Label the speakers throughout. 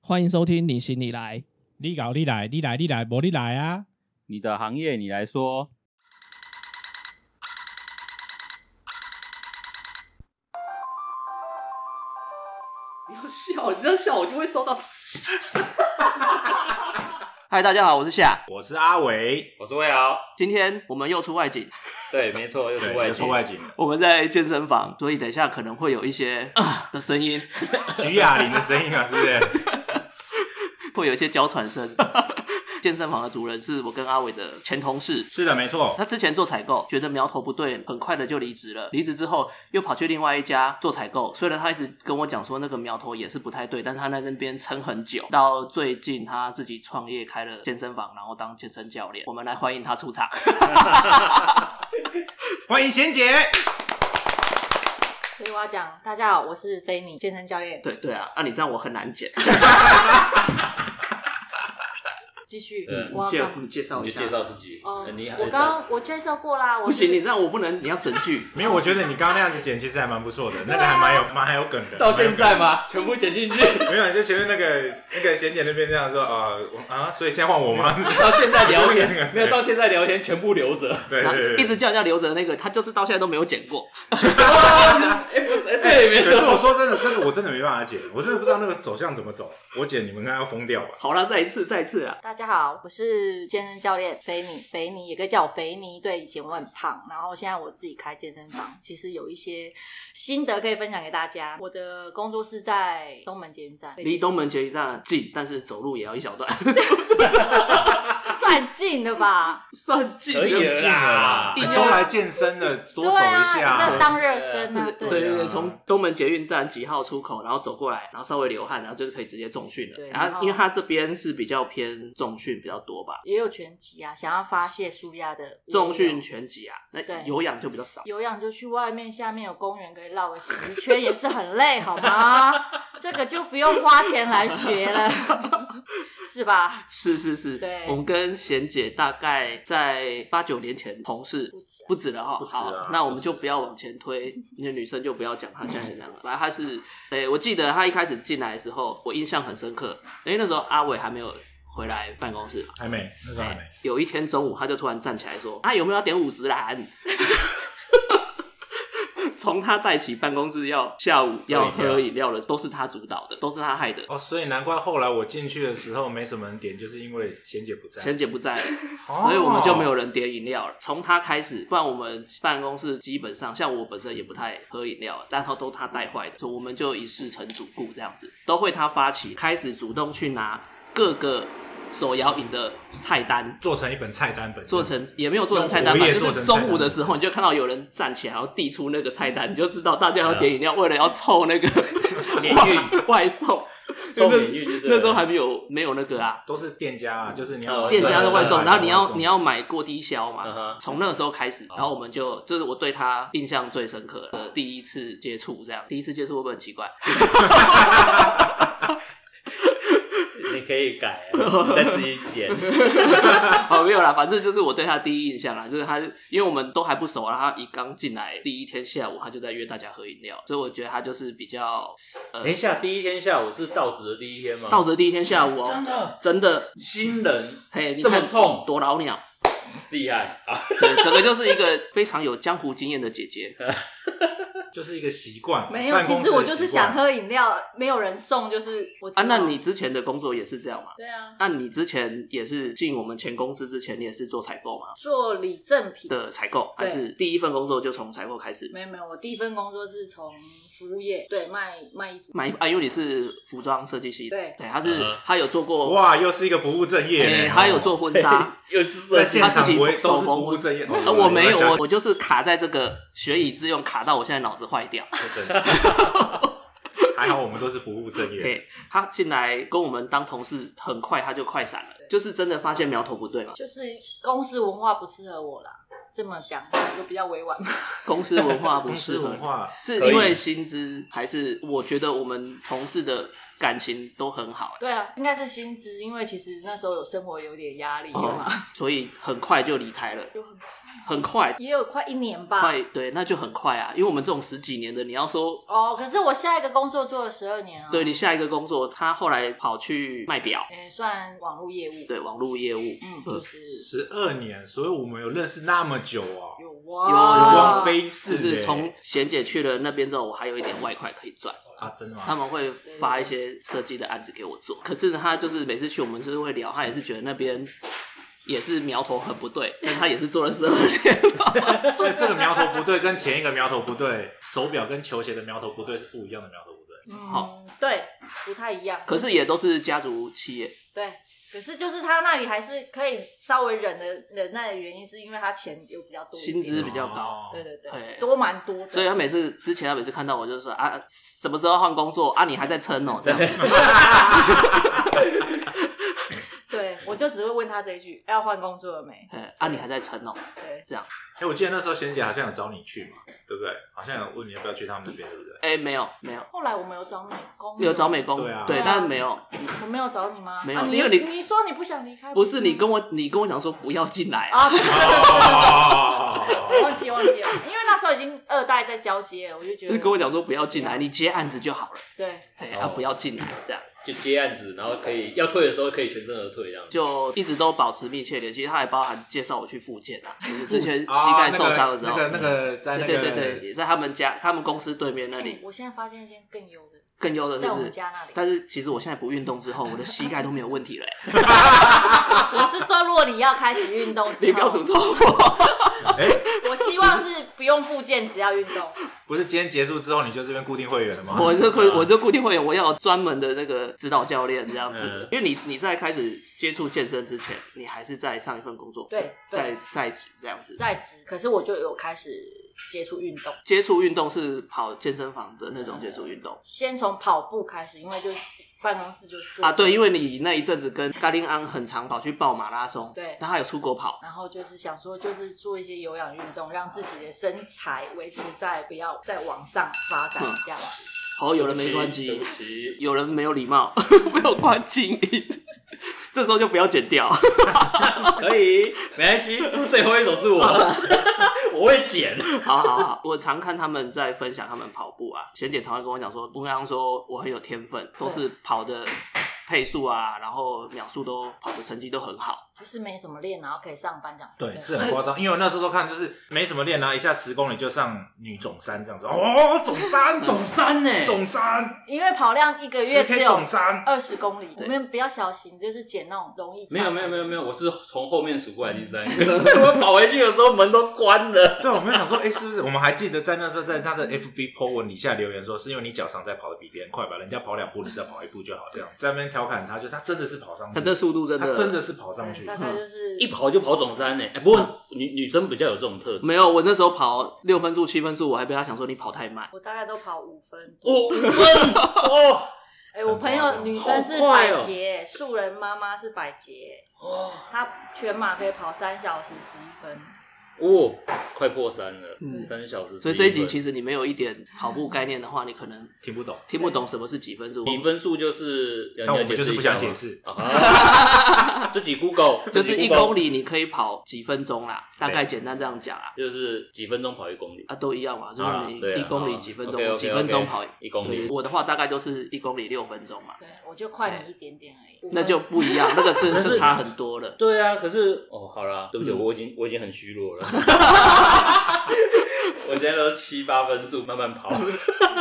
Speaker 1: 欢迎收听你行你来，
Speaker 2: 你搞你来，你来你来，无你来啊！
Speaker 3: 你的行业你来说，
Speaker 1: 不要笑，你这样笑我就会收到。 嗨，大家好，我是夏，
Speaker 4: 我是阿伟，
Speaker 3: 我是魏豪。
Speaker 1: 今天我们又出外景，
Speaker 3: 对，没错，又是
Speaker 4: 对，
Speaker 3: 外
Speaker 4: 又
Speaker 3: 景
Speaker 4: 是。外景，
Speaker 1: 我们在健身房，所以等一下可能会有一些啊、的声音，
Speaker 4: 徐雅玲的声音啊，是不是？
Speaker 1: 会有一些娇喘声。 健身房的主人是我跟阿伟的前同事，
Speaker 4: 是的，没错，
Speaker 1: 他之前做采购，觉得苗头不对，很快的就离职了。离职之后又跑去另外一家做采购，虽然他一直跟我讲说那个苗头也是不太对，但是他在那边撑很久，到最近他自己创业开了健身房，然后当健身教练。我们来欢迎他出场。
Speaker 4: 欢迎贤姐。
Speaker 5: 所以我要讲，大家好，我是菲米健身教练。
Speaker 1: 对对啊，那、你这样我很难剪。
Speaker 5: 继续，
Speaker 3: 嗯
Speaker 5: 我要
Speaker 1: 介
Speaker 5: 干嘛
Speaker 1: 你呃介绍
Speaker 3: 你
Speaker 1: 一
Speaker 3: 就
Speaker 1: 下
Speaker 3: 介。绍自己。
Speaker 5: 哦
Speaker 3: 嗯你，
Speaker 5: 我刚我介绍过啦，我
Speaker 1: 不行，
Speaker 5: 是
Speaker 1: 你这样我不能，你要整句。
Speaker 4: 没有，我觉得你刚刚那样子剪其实还蛮不错的，那个还蛮有蛮还有梗的。
Speaker 3: 吗？全部剪进
Speaker 4: 蛮
Speaker 3: 去，
Speaker 4: 有梗的没有，你就前面那个那个贤姐那边这样说啊我啊，所以现在换我吗？
Speaker 3: 到现 在聊
Speaker 4: 对
Speaker 3: 现在聊天全部留着。
Speaker 4: 对
Speaker 1: 然后
Speaker 4: 对对，
Speaker 1: 一直叫人家留着那个，他就是到现在都没有剪过。
Speaker 3: 哎，不是，哎对，没
Speaker 4: 可是。我说真的，这个我真的没办法剪，我真的不知道那个走向怎么走。我剪你们应该要疯掉吧？
Speaker 1: 好了，再一次，再一次啊！
Speaker 5: 大家好，我是健身教练菲米，肥尼也可以叫我肥尼。对，以前我很胖，然后现在我自己开健身房，其实有一些心得可以分享给大家。我的工作是在东门捷运站，
Speaker 1: 离东门捷运站近，但是走路也要一小段，
Speaker 5: 算近的吧？
Speaker 1: 算近
Speaker 3: 可以
Speaker 1: 了
Speaker 3: 了
Speaker 4: 近了啦，
Speaker 1: 硬要
Speaker 4: 你都来健身了，多
Speaker 5: 对
Speaker 4: 走一
Speaker 5: 啊，那
Speaker 4: 下。
Speaker 5: 当热身啊，
Speaker 1: 对
Speaker 4: 对
Speaker 1: 对
Speaker 4: 啊
Speaker 1: 对，从东门捷运站几号出口，然后走过来，然后稍微流汗，然后就是可以直接重训了。
Speaker 5: 对
Speaker 1: 然
Speaker 5: 然
Speaker 1: 后
Speaker 5: 后
Speaker 1: 因为它这边是比较偏重训比较多吧，
Speaker 5: 也有拳击啊，想要发泄舒压的
Speaker 1: 重训拳击啊，那
Speaker 5: 对
Speaker 1: 有氧就比较少。
Speaker 5: 有氧就去外面，下面有公园可以绕个十圈，也是很累，好吗？这个就不用花钱来学了， 是吧？
Speaker 1: 是是是，
Speaker 5: 对
Speaker 1: 我们跟贤姐大概在八九年前同事
Speaker 5: 不止啊
Speaker 1: 不止了哈。
Speaker 4: 不止啊
Speaker 1: 好
Speaker 4: 不，止
Speaker 1: 那我们就不要往前推，那女生就不要讲她现在怎样了。反正她是，哎、我记得她一开始进来的时候，我印象很深刻，因为那时候阿伟还没有回来办公室嘛。
Speaker 4: 还没，那时候还没。
Speaker 1: 哎有一天中午，他就突然站起来 说：“啊，有没有要点五十兰？” 从他带起办公室要下午要喝
Speaker 4: 喝
Speaker 1: 饮料了，都是他主导的，都是他害的。
Speaker 4: 哦，所以难怪后来我进去的时候没什么人点，就是因为贤姐不在，
Speaker 1: 陈姐不在了，
Speaker 4: 哦
Speaker 1: 所以我们就没有人点饮料了。从他开始，不然我们办公室基本上像我本身也不太喝饮料，但他都他带坏的，所以我们就一事成主顾这样子，都会他发起，开始主动去拿各个手摇饮的菜单。
Speaker 4: 做成一本菜单本，
Speaker 1: 做成也没有做成菜单吧，
Speaker 4: 用活
Speaker 1: 就
Speaker 4: 页做
Speaker 1: 是
Speaker 4: 成
Speaker 1: 中午的时候，你就看到有人站起来，然后递出那个菜单，你就知道大家要点饮料，为了要凑那个
Speaker 3: 免
Speaker 1: 外 外送。
Speaker 3: 送免运就对了
Speaker 1: 那时候还没有没有那个啊，
Speaker 4: 都是店家啊，就是你
Speaker 3: 哦
Speaker 4: 要啊
Speaker 1: 店家的外送，
Speaker 3: 对
Speaker 1: 然后你要你要买过低消
Speaker 3: 嗯哦
Speaker 1: 嘛
Speaker 3: 哼，
Speaker 1: 从那个时候开始，然后我们就这是我对他印象最深刻的第一次接触，这样第一次接触会不会很奇怪？
Speaker 3: 你可以改啊，你再自己 剪。
Speaker 1: 哦，没有啦，反正就是我对他第一印象啦，就是他，因为我们都还不熟，然啊后他一刚进来第一天下午，他就在约大家喝饮料，所以我觉得他就是比较
Speaker 3: 等一下，第一天下午是到职的第一天吗？
Speaker 1: 到这第一天下午哦、
Speaker 3: 真的
Speaker 1: 真的，
Speaker 3: 新人
Speaker 1: 嘿，你
Speaker 3: 这么
Speaker 1: 看
Speaker 3: 冲
Speaker 1: 多老鸟，
Speaker 3: 厉害啊！
Speaker 1: 对，整个就是一个非常有江湖经验的姐 姐，
Speaker 4: 就是一个习惯。
Speaker 5: 没有，
Speaker 4: 办
Speaker 5: 其
Speaker 4: 公室
Speaker 5: 实
Speaker 4: 的
Speaker 5: 我就是
Speaker 4: 习惯
Speaker 5: 想。喝饮料，没有人送，就是我知道。
Speaker 1: 啊，那你之前的工作也是这样吗？
Speaker 5: 对啊，
Speaker 1: 那你之前也是进我们前公司之前，你也是做采购吗？
Speaker 5: 做礼赠品。
Speaker 1: 的采购，还
Speaker 5: 对
Speaker 1: 是第一份工作就从采购开始？
Speaker 5: 没有没有，我第一份工作是从服务业，对，卖卖衣服。
Speaker 1: 买啊，因为你是服装设计系的，
Speaker 5: 对
Speaker 1: 对，他是
Speaker 3: 嗯
Speaker 1: 他有做过，
Speaker 4: 哇，又是一个不务正业
Speaker 1: 哎
Speaker 4: 呢。
Speaker 1: 他有做婚纱，
Speaker 3: 又是
Speaker 4: 在
Speaker 3: 设计
Speaker 4: 现
Speaker 1: 他
Speaker 4: 场
Speaker 1: 自己
Speaker 4: 不会
Speaker 1: 手
Speaker 4: 都是
Speaker 1: 缝
Speaker 4: 不务正业。
Speaker 1: 啊，
Speaker 4: 哦
Speaker 1: 我没有，
Speaker 4: 在
Speaker 1: 我
Speaker 4: 想
Speaker 1: 我就是卡在这个学以致用，卡到我现在脑子坏掉。
Speaker 4: 还好我们都是不务正业。
Speaker 1: 对，他进来跟我们当同事，很快他就快闪了，就是真的发现苗头不对嘛。
Speaker 5: 就是公司文化不适合我啦，这么想，就比较委婉嘛。
Speaker 1: 公司文化不
Speaker 4: 公
Speaker 1: 适
Speaker 4: 司
Speaker 1: 合
Speaker 4: 文化
Speaker 1: 是
Speaker 3: 可以
Speaker 1: 因为薪资，还是我觉得我们同事的感情都很好、
Speaker 5: 对啊，应该是薪资，因为其实那时候有生活有点压力
Speaker 1: 哦
Speaker 5: 嘛，，
Speaker 1: 所以很快就离开了，
Speaker 5: 就很
Speaker 1: 很快，
Speaker 5: 也有快一年吧。
Speaker 1: 快对，那就很快啊，因为我们这种十几年的，你要说。
Speaker 5: 哦，可是我下一个工作做了十二年啊，
Speaker 1: 对你下一个工作，他后来跑去卖表，
Speaker 5: 诶，算网络业务，
Speaker 1: 对网络业务，
Speaker 5: 嗯，
Speaker 1: 呃
Speaker 5: 就是
Speaker 4: 十二年，所以我们有认识那么久哦，
Speaker 5: 有
Speaker 1: 有
Speaker 4: 时
Speaker 5: 哇，
Speaker 4: 光飞逝
Speaker 1: 就
Speaker 4: 欸，
Speaker 1: 是从贤姐去了那边之后，我还有一点外快可以赚。
Speaker 4: 啊，真的
Speaker 1: 他
Speaker 4: 吗？
Speaker 1: 们会发一些设计的案子给我做，可是他就是每次去我们就是会聊，他也是觉得那边也是苗头很不 对，但他也是做了十二年。
Speaker 4: 所以这个苗头不对，跟前一个苗头不对，手表跟球鞋的苗头不对是不一样的苗头不对。
Speaker 1: 好
Speaker 5: 嗯，对，不太一样，
Speaker 1: 可是也都是家族企业，
Speaker 5: 对。可是就是他那里还是可以稍微忍的忍耐的原因，是因为他钱有比较多一点，
Speaker 1: 薪资比较高
Speaker 4: 哦
Speaker 5: 对对对，
Speaker 1: 对
Speaker 5: 多蛮多的，
Speaker 1: 所以他每次之前他每次看到我就说啊，什么时候换工作啊？你还在撑哦、这样 子。
Speaker 5: 对我就只会问他这一句：要换工作了没？
Speaker 1: 哎啊，你还在撑哦、
Speaker 5: 对，
Speaker 1: 这样。
Speaker 4: 哎，我记得那时候贤姐好像有找你去嘛，对不对？好像有问你要不要去他们那边，对不对？
Speaker 1: 哎、没有没有，
Speaker 5: 后来我们有找美工，
Speaker 1: 有找美工，
Speaker 4: 对啊
Speaker 5: 对啊
Speaker 1: 但没有，
Speaker 5: 我没有找你吗？
Speaker 1: 没有
Speaker 5: 啊你
Speaker 1: 因为你
Speaker 5: 你说你不想离开，
Speaker 1: 不是你跟我，你跟我讲说不要进来啊，
Speaker 5: 啊，对对对对对对
Speaker 4: 哦
Speaker 5: 对忘记忘记了，因为那时候已经二代在交接了，我就
Speaker 1: 就
Speaker 5: 觉
Speaker 1: 是
Speaker 5: 得
Speaker 1: 跟我讲说不要进来，你接案子就好了，
Speaker 5: 对，
Speaker 1: 哎、
Speaker 3: 哦
Speaker 1: 啊不要进来这样。
Speaker 3: 就接案子，然后可以要退的时候可以全身而退这样。
Speaker 1: 就一直都保持密切联系，他还包含介绍我去复健 啊，就是之前膝
Speaker 4: 啊
Speaker 1: 盖受伤的时候，
Speaker 4: 那个那个在那
Speaker 1: 对
Speaker 4: 个
Speaker 1: 对对对，也在他们家他们公司对面那
Speaker 5: 哎
Speaker 1: 里，
Speaker 5: 我现在发现一件更优的，
Speaker 1: 更优的
Speaker 5: 在
Speaker 1: 就
Speaker 5: 我们
Speaker 1: 是，
Speaker 5: 家那里。
Speaker 1: 但是其实我现在不运动之后，我的膝盖都没有问题 了、欸，
Speaker 5: 我是说，如果你要开始运动之后，
Speaker 1: 你不要诅咒 我，
Speaker 5: 我希望是不用复健，只要运动。
Speaker 4: 不是今天结束之后你就这边固定会员了吗？
Speaker 1: 我这
Speaker 4: 嗯
Speaker 1: 固我这固定会员，我要有专门的那个指导教练这样子
Speaker 3: 嗯，
Speaker 1: 因为你你在开始接触健身之前，你还是在上一份工作，
Speaker 5: 对对
Speaker 1: 在在职这样子。
Speaker 5: 在职，可是我就有开始接触运动，
Speaker 1: 接触运动是跑健身房的那种
Speaker 5: 嗯
Speaker 1: 接触运动
Speaker 5: 先从跑步开始，因为就是办公室就是坐
Speaker 1: 啊，对，因为你那一阵子跟嘎令安很常跑去报马拉松，
Speaker 5: 对
Speaker 1: 然后还有出国跑，
Speaker 5: 然后就是想说，就是做一些有氧运动，让自己的身材维持在不要再往上发展
Speaker 1: 嗯
Speaker 5: 这样子。
Speaker 1: 哦，有人没关
Speaker 3: 对
Speaker 1: 机
Speaker 3: 不，起，
Speaker 1: 有人没有礼貌， 没有关静音，这时候就不要剪掉。
Speaker 3: 可以，没关系，最后一首是 我，我会剪。
Speaker 1: 好好好，我常看他们在分享他们跑步啊，璇姐常会跟我讲说，吴刚刚说我很有天分，都是跑的配速啊，然后秒数都跑的成绩都很好。
Speaker 5: 就是没什么练，然后可以上颁奖。
Speaker 4: 对，是啊很夸张，因为我那时候都看就是没什么练，然后一下十公里就上女总三这样子，哦，总三总
Speaker 3: 三呢、
Speaker 4: 总三，
Speaker 5: 因为跑量一个月
Speaker 4: 十
Speaker 5: 只
Speaker 4: K
Speaker 5: 有
Speaker 4: 总三，
Speaker 5: 二十公里，
Speaker 1: 对
Speaker 5: 我们比较小型，就是减那种容易上
Speaker 3: 没
Speaker 5: 来
Speaker 3: 有没
Speaker 5: 的。
Speaker 3: 有没有没有，我是从后面数过来第三个， 我跑回去的时候门都关 了。
Speaker 4: 对，我们想说，哎、是不是我们还记得在那时候在他的 FB po 文底下留言说，是因为你脚长在跑的比别人快吧？人家跑两步，你再跑一步就好，这样在那边调侃他，就他真的是跑
Speaker 3: 嗯
Speaker 4: 上去，
Speaker 1: 他的速度真
Speaker 4: 他
Speaker 1: 的
Speaker 4: 真的是跑上
Speaker 5: 对，
Speaker 4: 去
Speaker 5: 大，概就是
Speaker 3: 一跑就跑总三呢、哎、不过女女生比较有这种特质。
Speaker 1: 没有，我那时候跑六分数、七分数，我还被他想说你跑太慢。
Speaker 5: 我大概都跑五分多。
Speaker 3: 我问哦，
Speaker 5: 哎、我朋友女生是
Speaker 3: 好快
Speaker 5: 百
Speaker 3: 哦
Speaker 5: 杰，素人妈妈是百杰，她全马可以跑三小时十一分。
Speaker 3: 哦，快破三了，
Speaker 1: 嗯
Speaker 3: 三小时11分。
Speaker 1: 所以这一集其实你没有一点跑步概念的话，你可能
Speaker 4: 听不懂。
Speaker 1: 听不懂什么是几分数。
Speaker 3: 比分数就是，
Speaker 4: 但我们就是不想解
Speaker 3: 解
Speaker 4: 释
Speaker 3: 啊， 自己 Google，
Speaker 1: 就是一公
Speaker 3: 公里，
Speaker 1: 里你可以跑几分钟啦，大概简单这样讲啦。
Speaker 3: 就是几分钟跑一公里。
Speaker 1: 啊，都一样嘛，就
Speaker 3: 啊
Speaker 1: 是
Speaker 3: 对
Speaker 1: 你
Speaker 3: 啊
Speaker 1: 一公里
Speaker 3: 啊
Speaker 1: 几分
Speaker 3: OK，OK，
Speaker 1: 钟，几分钟跑
Speaker 3: OK，一公里
Speaker 1: 对我的话大概就是一公里六分钟嘛，
Speaker 5: 对，我就快你一点点而已。五分
Speaker 1: 那就不一样， 那个是
Speaker 3: 可是
Speaker 1: 是差很多的。
Speaker 3: 对啊，可是哦，好啦，对不起，
Speaker 1: 嗯
Speaker 3: 我已经我已经很虚 弱了，我现在都七八分数慢慢跑。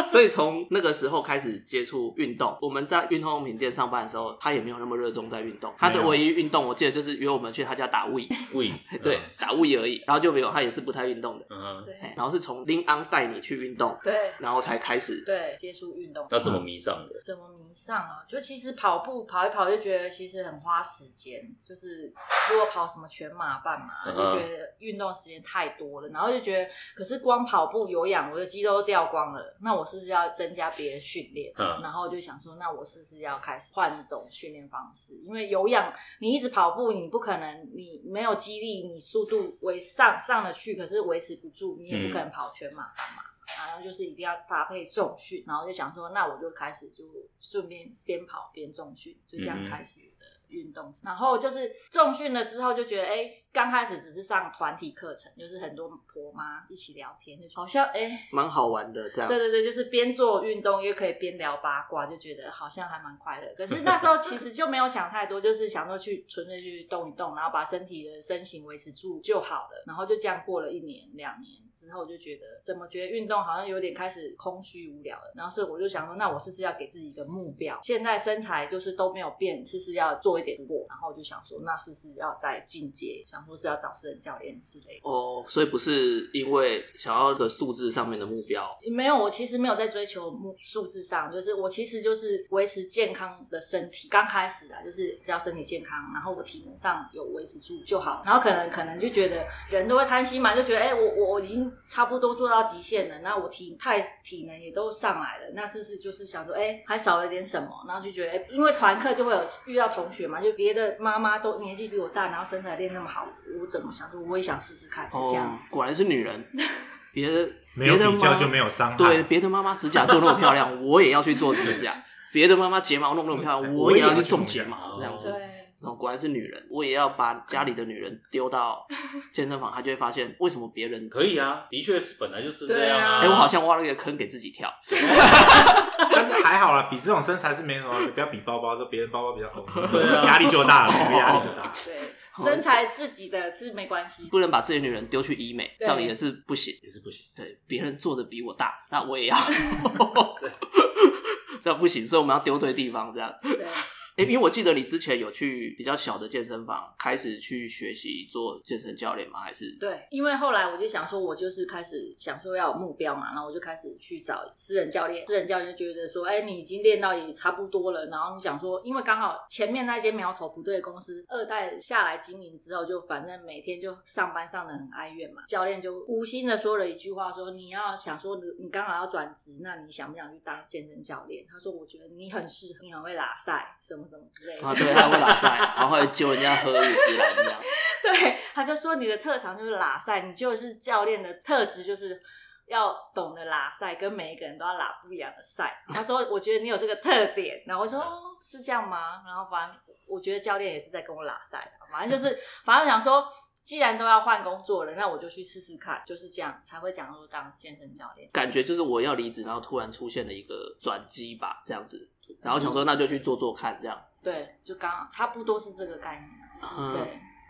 Speaker 1: 所以从那个时候开始接触运动，我们在运动用品店上班的时候，他也没有那么热衷在运动，他的
Speaker 4: 没有
Speaker 1: 唯一运动我记得就是约我们去他家打 w
Speaker 3: 喂，
Speaker 1: 对，打 w 而已，然后就没有，他也是不太运动的。
Speaker 3: 嗯哼，
Speaker 5: 对
Speaker 1: 哎然后是从林安带你去运动，
Speaker 5: 对
Speaker 1: 然后才开始。
Speaker 5: 对，接触运动
Speaker 3: 那怎么迷上的？
Speaker 5: 怎么迷上啊？就其实跑步跑一跑就觉得其实很花时间，就是如果跑什么全马、半马，
Speaker 3: 嗯
Speaker 5: 就觉得运动时间太多了，然后就觉得可是光跑步有氧，我的肌肉都掉光了，那我是不是要增加别的训练？
Speaker 3: 嗯
Speaker 5: 然后就想说，那我是不是要开始换一种训练方式？因为有氧，你一直跑步，你不可能，你没有肌力，你速度维上上得去，可是维持不住，你也不可
Speaker 3: 嗯
Speaker 5: 能跑全马半马。然后就是一定要搭配重训，然后就想说，那我就开始就顺便边跑边重训，就这样
Speaker 3: 嗯
Speaker 5: 开始我的运动。然后就是重训了之后，就觉得哎，诶刚开始只是上团体课程，就是很多婆妈一起聊天，就好像哎，诶
Speaker 1: 蛮好玩的这样
Speaker 5: 对。对对，就是边做运动又可以边聊八卦，就觉得好像还蛮快乐。可是那时候其实就没有想太多， 就是想说去纯粹去动一动，然后把身体的身形维持住就好了。然后就这样过了一年两年之后，就觉得怎么觉得运动好像有点开始空虚无聊了。然后是我就想说，那我是不是要给自己一个目标？现在身材就是都没有变，是不是要做一点突破？然后我就想说，那是不是要再进阶？想说是要找私人教练之类的。
Speaker 1: 哦，所以不是因为想要一个数字上面的目标，
Speaker 5: 没有，我其实没有在追求目数字上，就是我其实就是维持健康的身体。刚开始啊，就是只要身体健康，然后我体能上有维持住就好。然后可能可能就觉得人都会贪心嘛，就觉得哎、我我我已经差不多做到极限了，那我体态体能也都上来了，那是不是就是想说哎、还少了点什么？然后就觉得哎、因为团课就会有遇到同学嘛，就别的妈妈都年纪比我大，然后身材练那么好，我怎么想说我也想试试看这样
Speaker 1: 哦。，果然是女人，别的
Speaker 4: 没有
Speaker 1: 别的
Speaker 4: 比较
Speaker 1: 妈
Speaker 4: 就没有伤害。
Speaker 1: 对，别的妈妈指甲做那么漂亮，我也要去做指甲；别的妈妈睫毛弄那么漂亮，我也要去种睫毛，这样子。
Speaker 5: 对。
Speaker 1: 哦，果然是女人，我也要把家里的女人丢到健身房，她就会发现为什么别人
Speaker 3: 可以啊，的确是本来就是这样
Speaker 5: 对啊
Speaker 3: 啊。
Speaker 1: 哎、我好像挖了一个坑给自己跳。
Speaker 4: 但是还好啦，比这种身材是没什么，不要比包包，说别人包包比较红，
Speaker 3: 对 啊
Speaker 4: 压力就 大了，你的压力就大。
Speaker 5: 对，
Speaker 1: 好
Speaker 5: 身材自己的是没关系。
Speaker 1: 不能把自己的女人丢去医美，这
Speaker 5: 对
Speaker 1: 样也是不行。
Speaker 4: 也是不行，
Speaker 1: 对，别人做的比我大，那我也要。 那不行，所以我们要丢对地方，这样。
Speaker 5: 对，
Speaker 1: 哎、因为我记得你之前有去比较小的健身房开始去学习做健身教练吗？还是
Speaker 5: 对，因为后来我就想说，我就是开始想说要有目标嘛，然后我就开始去找私人教练。私人教练就觉得说，哎、你已经练到也差不多了，然后你想说，因为刚好前面那间苗头不对公司二代下来经营之后，就反正每天就上班上的很哀怨嘛。教练就无心的说了一句话说你要想说你你刚好要转职，那你想不想去当健身教练？他说，我觉得你很适合，你很会拉塞，什么什么之类的。
Speaker 1: 啊，对，他会拉塞，然后会揪人家喝五十兰这样。
Speaker 5: 对，他就说你的特长就是拉塞，你就是教练的特质就是要懂得拉塞，跟每一个人都要拉不一样的塞。他说我觉得你有这个特点，然后我说、哦、是这样吗？然后反正我觉得教练也是在跟我拉塞，啊反正就是 反正想说。既然都要换工作了，那我就去试试看，就是这样才会讲说当健身教练。
Speaker 1: 感觉就是我要离职，然后突然出现了一个转机吧，这样子。然后想说那就去做做看，这样。
Speaker 5: 对，就刚好差不多是这个概念，就是、
Speaker 1: 嗯
Speaker 5: 对。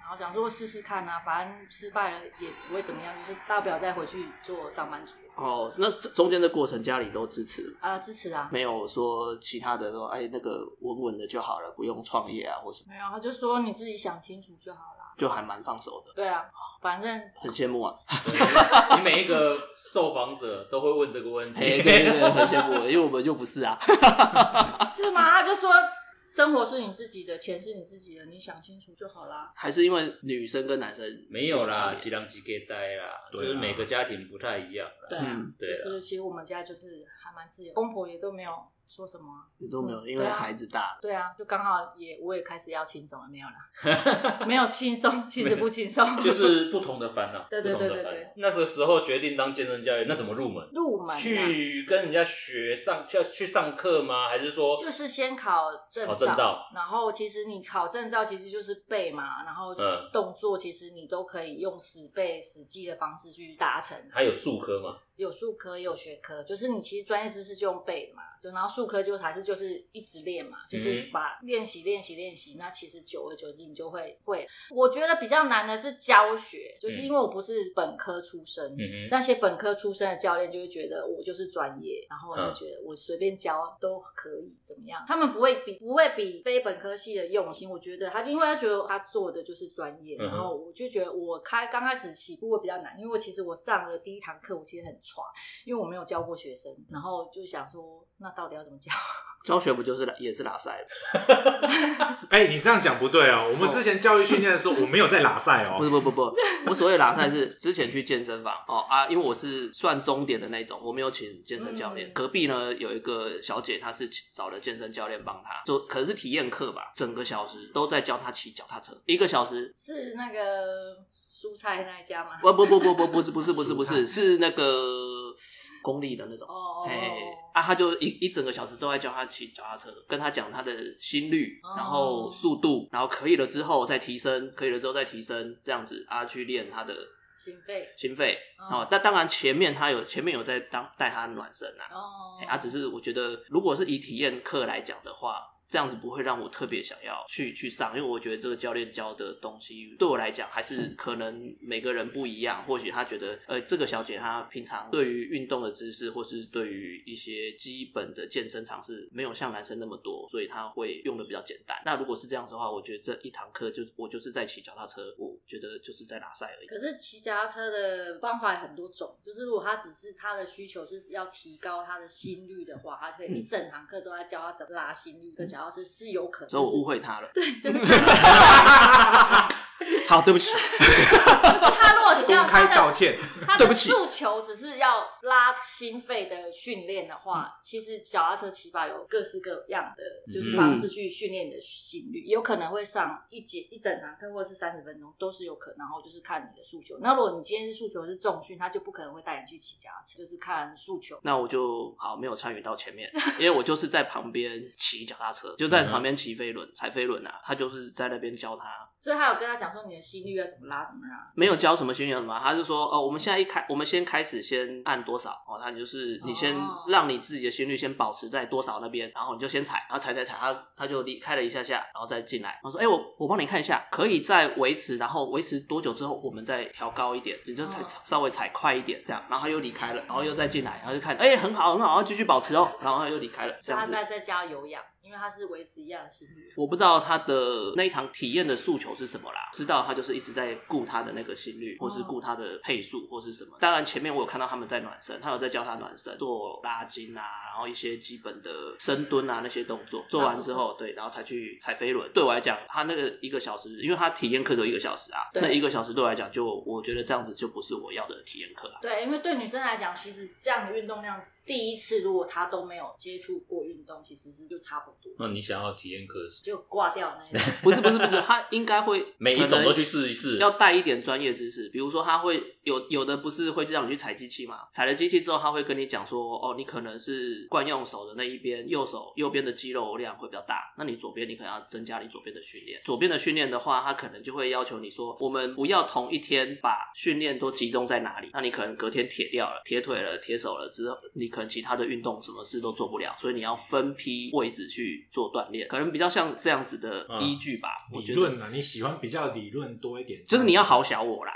Speaker 5: 然后想说试试看啊，反正失败了也不会怎么样，就是大不了再回去做上班族。
Speaker 1: 哦，那中间的过程家里都支持，
Speaker 5: 啊，支持啊。
Speaker 1: 没有说其他的说哎那个稳稳的就好了，不用创业啊或什么，
Speaker 5: 没有，他就说你自己想清楚就好啦。
Speaker 1: 就还蛮放手的，
Speaker 5: 对啊，
Speaker 3: 哦
Speaker 5: 反 正
Speaker 1: 很羡慕啊。
Speaker 3: 对你每一个受访者都会问这个问
Speaker 1: 嘿，
Speaker 3: 题
Speaker 1: 哎对。对对，很羡慕，因为我们就不是啊。
Speaker 5: 是吗？他就说生活是你自己的，钱是你自己的，你想清楚就好啦。
Speaker 1: 还是因为女生跟男生
Speaker 3: 没有
Speaker 1: 差
Speaker 3: 啦，
Speaker 1: 别
Speaker 3: 几两几给呆啦，
Speaker 4: 对
Speaker 3: 就
Speaker 4: 啊
Speaker 3: 是每个家庭不太一样啦。
Speaker 5: 对啊，
Speaker 1: 嗯，
Speaker 3: 对
Speaker 5: 就
Speaker 3: 啦，
Speaker 5: 是其实我们家就是还蛮自由，公婆也都没有说什么啊、
Speaker 1: 你都没有，
Speaker 5: 嗯
Speaker 1: 因为
Speaker 5: 对啊
Speaker 1: 孩子大，
Speaker 5: 对啊，就刚好也我也开始要轻松了，没有啦， 没有轻松，其实不轻松，
Speaker 3: 啊就是不同的烦恼，
Speaker 5: 对对
Speaker 3: 不同的
Speaker 5: 对对
Speaker 3: 烦恼
Speaker 5: 对。
Speaker 3: 那个时候决定当健身教练，那怎么入门？
Speaker 5: 入门啊
Speaker 3: 去跟人家学上要去上课吗？还是说
Speaker 5: 就是先考证
Speaker 3: 考证照
Speaker 5: 然后其实你考证照其实就是背嘛，然后
Speaker 3: 嗯
Speaker 5: 动作其实你都可以用死背死记的方式去达成。
Speaker 3: 还有数科吗？
Speaker 5: 有术科也有学科，就是你其实专业知识就用背的嘛，就然后术科就还是就是一直练嘛，
Speaker 3: 嗯
Speaker 5: 就是把练习练习练习，那其实久而久之你就会会。我觉得比较难的是教学，就是因为我不是本科出身。
Speaker 3: 嗯哼，
Speaker 5: 那些本科出身的教练就会觉得我就是专业，然后我就
Speaker 3: 嗯
Speaker 5: 觉得我随便教都可以怎么样？他们不会比不会比非本科系的用心，我觉得他就因为他觉得他做的就是专业，
Speaker 3: 嗯哼
Speaker 5: 然后我就觉得我开刚开始起步会比较难，因为我其实我上了第一堂课我其实很差，因为我没有教过学生，然后就想说那到底要怎么教？
Speaker 1: 教学不就是拉也是拉塞吗？
Speaker 4: 哎、你这样讲不对哦。我们之前教育训练的时候，我没有在拉赛
Speaker 1: 不
Speaker 4: 哦。
Speaker 1: 是不不 不，我所谓拉塞是之前去健身房哦啊，因为我是算终点的那种，我没有请健身教练。
Speaker 5: 嗯
Speaker 1: 隔壁呢有一个小姐，她是找了健身教练帮她做，可能是体验课吧，整个小时都在教她骑脚踏车，一个小时。
Speaker 5: 是那个蔬菜那一家吗？哦
Speaker 1: 不不不不不不是不是不是不是是那个公立的那种。
Speaker 5: 哦，
Speaker 1: 哎，啊，他就一一整个小时都在教他骑脚踏车，跟他讲他的心率，然后速度，然后可以了之后再提升，可以了之后再提升，这样子啊，去练他的
Speaker 5: 心肺
Speaker 1: 心肺。
Speaker 5: 哦
Speaker 1: 哦，但当然前面他有前面有在当带他暖身啊，
Speaker 5: 哦
Speaker 1: 哎，啊，只是我觉得如果是以体验课来讲的话。这样子不会让我特别想要去去上，因为我觉得这个教练教的东西对我来讲还
Speaker 5: 嗯
Speaker 1: 是可能每个人不一样。或许他觉得，呃，这个小姐她平常对于运动的知识，或是对于一些基本的健身常识，没有像男生那么多，所以她会用的比较简单。那如果是这样子的话，我觉得这一堂课就是我就是在骑脚踏车，我觉得就是在拉塞而已。
Speaker 5: 可是骑脚踏车的方法有很多种，就是如果他只是他的需求是要提高他的心率的话，他可以一整堂课都在教他怎么拉心率跟脚踏车是有可能。
Speaker 1: 所以我误会他了。
Speaker 5: 对，就是他，
Speaker 1: 好，对不起。
Speaker 5: 就是他如果只要
Speaker 4: 公开
Speaker 5: 啊他
Speaker 4: 道
Speaker 5: 的
Speaker 4: 歉，
Speaker 5: 他
Speaker 1: 对
Speaker 5: 的
Speaker 1: 不起
Speaker 5: 诉求只是要拉心肺的训练的话，其实脚踏车骑法有各式各样的就是方式去训练你的心率，有可能会上一节一整堂课或者是三十分钟都是有可能，然后就是看你的诉求。那如果你今天诉求是重训，他就不可能会带你去骑脚踏车，就是看诉求。
Speaker 1: 那我就好没有参与到前面，因为我就是在旁边骑脚踏车，就在旁边骑飞轮、踩飞轮啊。他就是在那边教他，
Speaker 5: 所以他有跟他讲说你的心率要怎么拉怎么拉，
Speaker 1: 没有教什么新人嘛，他就说哦，我们现在一开，我们先开始先按多少哦，他就是你先
Speaker 5: 哦
Speaker 1: 让你自己的心率先保持在多少那边，然后你就先踩，然后踩踩踩，他他就离开了一下下，然后再进来。我说哎、我我帮你看一下，可以再维持，然后维持多久之后我们再调高一点，你就踩
Speaker 5: 哦
Speaker 1: 稍微踩快一点这样，然后他又离开了，然后又再进来，然后就看哎、很好很好，然后继续保持哦，然后他又离开了，这
Speaker 5: 所以
Speaker 1: 样
Speaker 5: 他
Speaker 1: 子。
Speaker 5: 在在家有氧，因为他是维持一样的心率。
Speaker 1: 我不知道他的那一堂体验的诉求是什么啦，知道他就是一直在顾他的那个心
Speaker 3: 哦
Speaker 1: 率，或是顾他的配速，或是什么。当然前面我有看到他们在暖身，他有在教他暖身，做拉筋啊，然后一些基本的深蹲啊那些动作。做完之
Speaker 3: 哦
Speaker 1: 后，对，然后才去踩飞轮。对我来讲，他那个一个小时，因为他体验课就一个小时啊，
Speaker 5: 对
Speaker 1: 那一个小时对我来讲就，我觉得这样子就不是我要的体验课啊。
Speaker 5: 对，因为对女生来讲，其实这样的运动量，第一次如果她都没有接触过运动，其实是就差不多，
Speaker 3: 那你想要体验课是
Speaker 5: 就挂掉那一种。
Speaker 1: 不是不是不是，他应该会
Speaker 3: 每一
Speaker 1: 可
Speaker 3: 种
Speaker 1: 能
Speaker 3: 都去试一试？
Speaker 1: 要带一点专业知识，比如说他会有有的不是会让你去踩机器嘛？踩了机器之后，他会跟你讲说，哦，你可能是惯用手的那一边，右手右边的肌肉量会比较大，那你左边你可能要增加你左边的训练。左边的训练的话，他可能就会要求你说，我们不要同一天把训练都集中在哪里，那你可能隔天铁掉了、铁腿了、铁手了之后，你可能其他的运动什么事都做不了，所以你要分批位置去做锻炼，可能比较像这样子的
Speaker 3: 嗯
Speaker 1: 依据吧。我
Speaker 4: 理
Speaker 1: 觉得
Speaker 4: 论啊，你喜欢比较理论多一点，
Speaker 1: 就是你要好小我啦。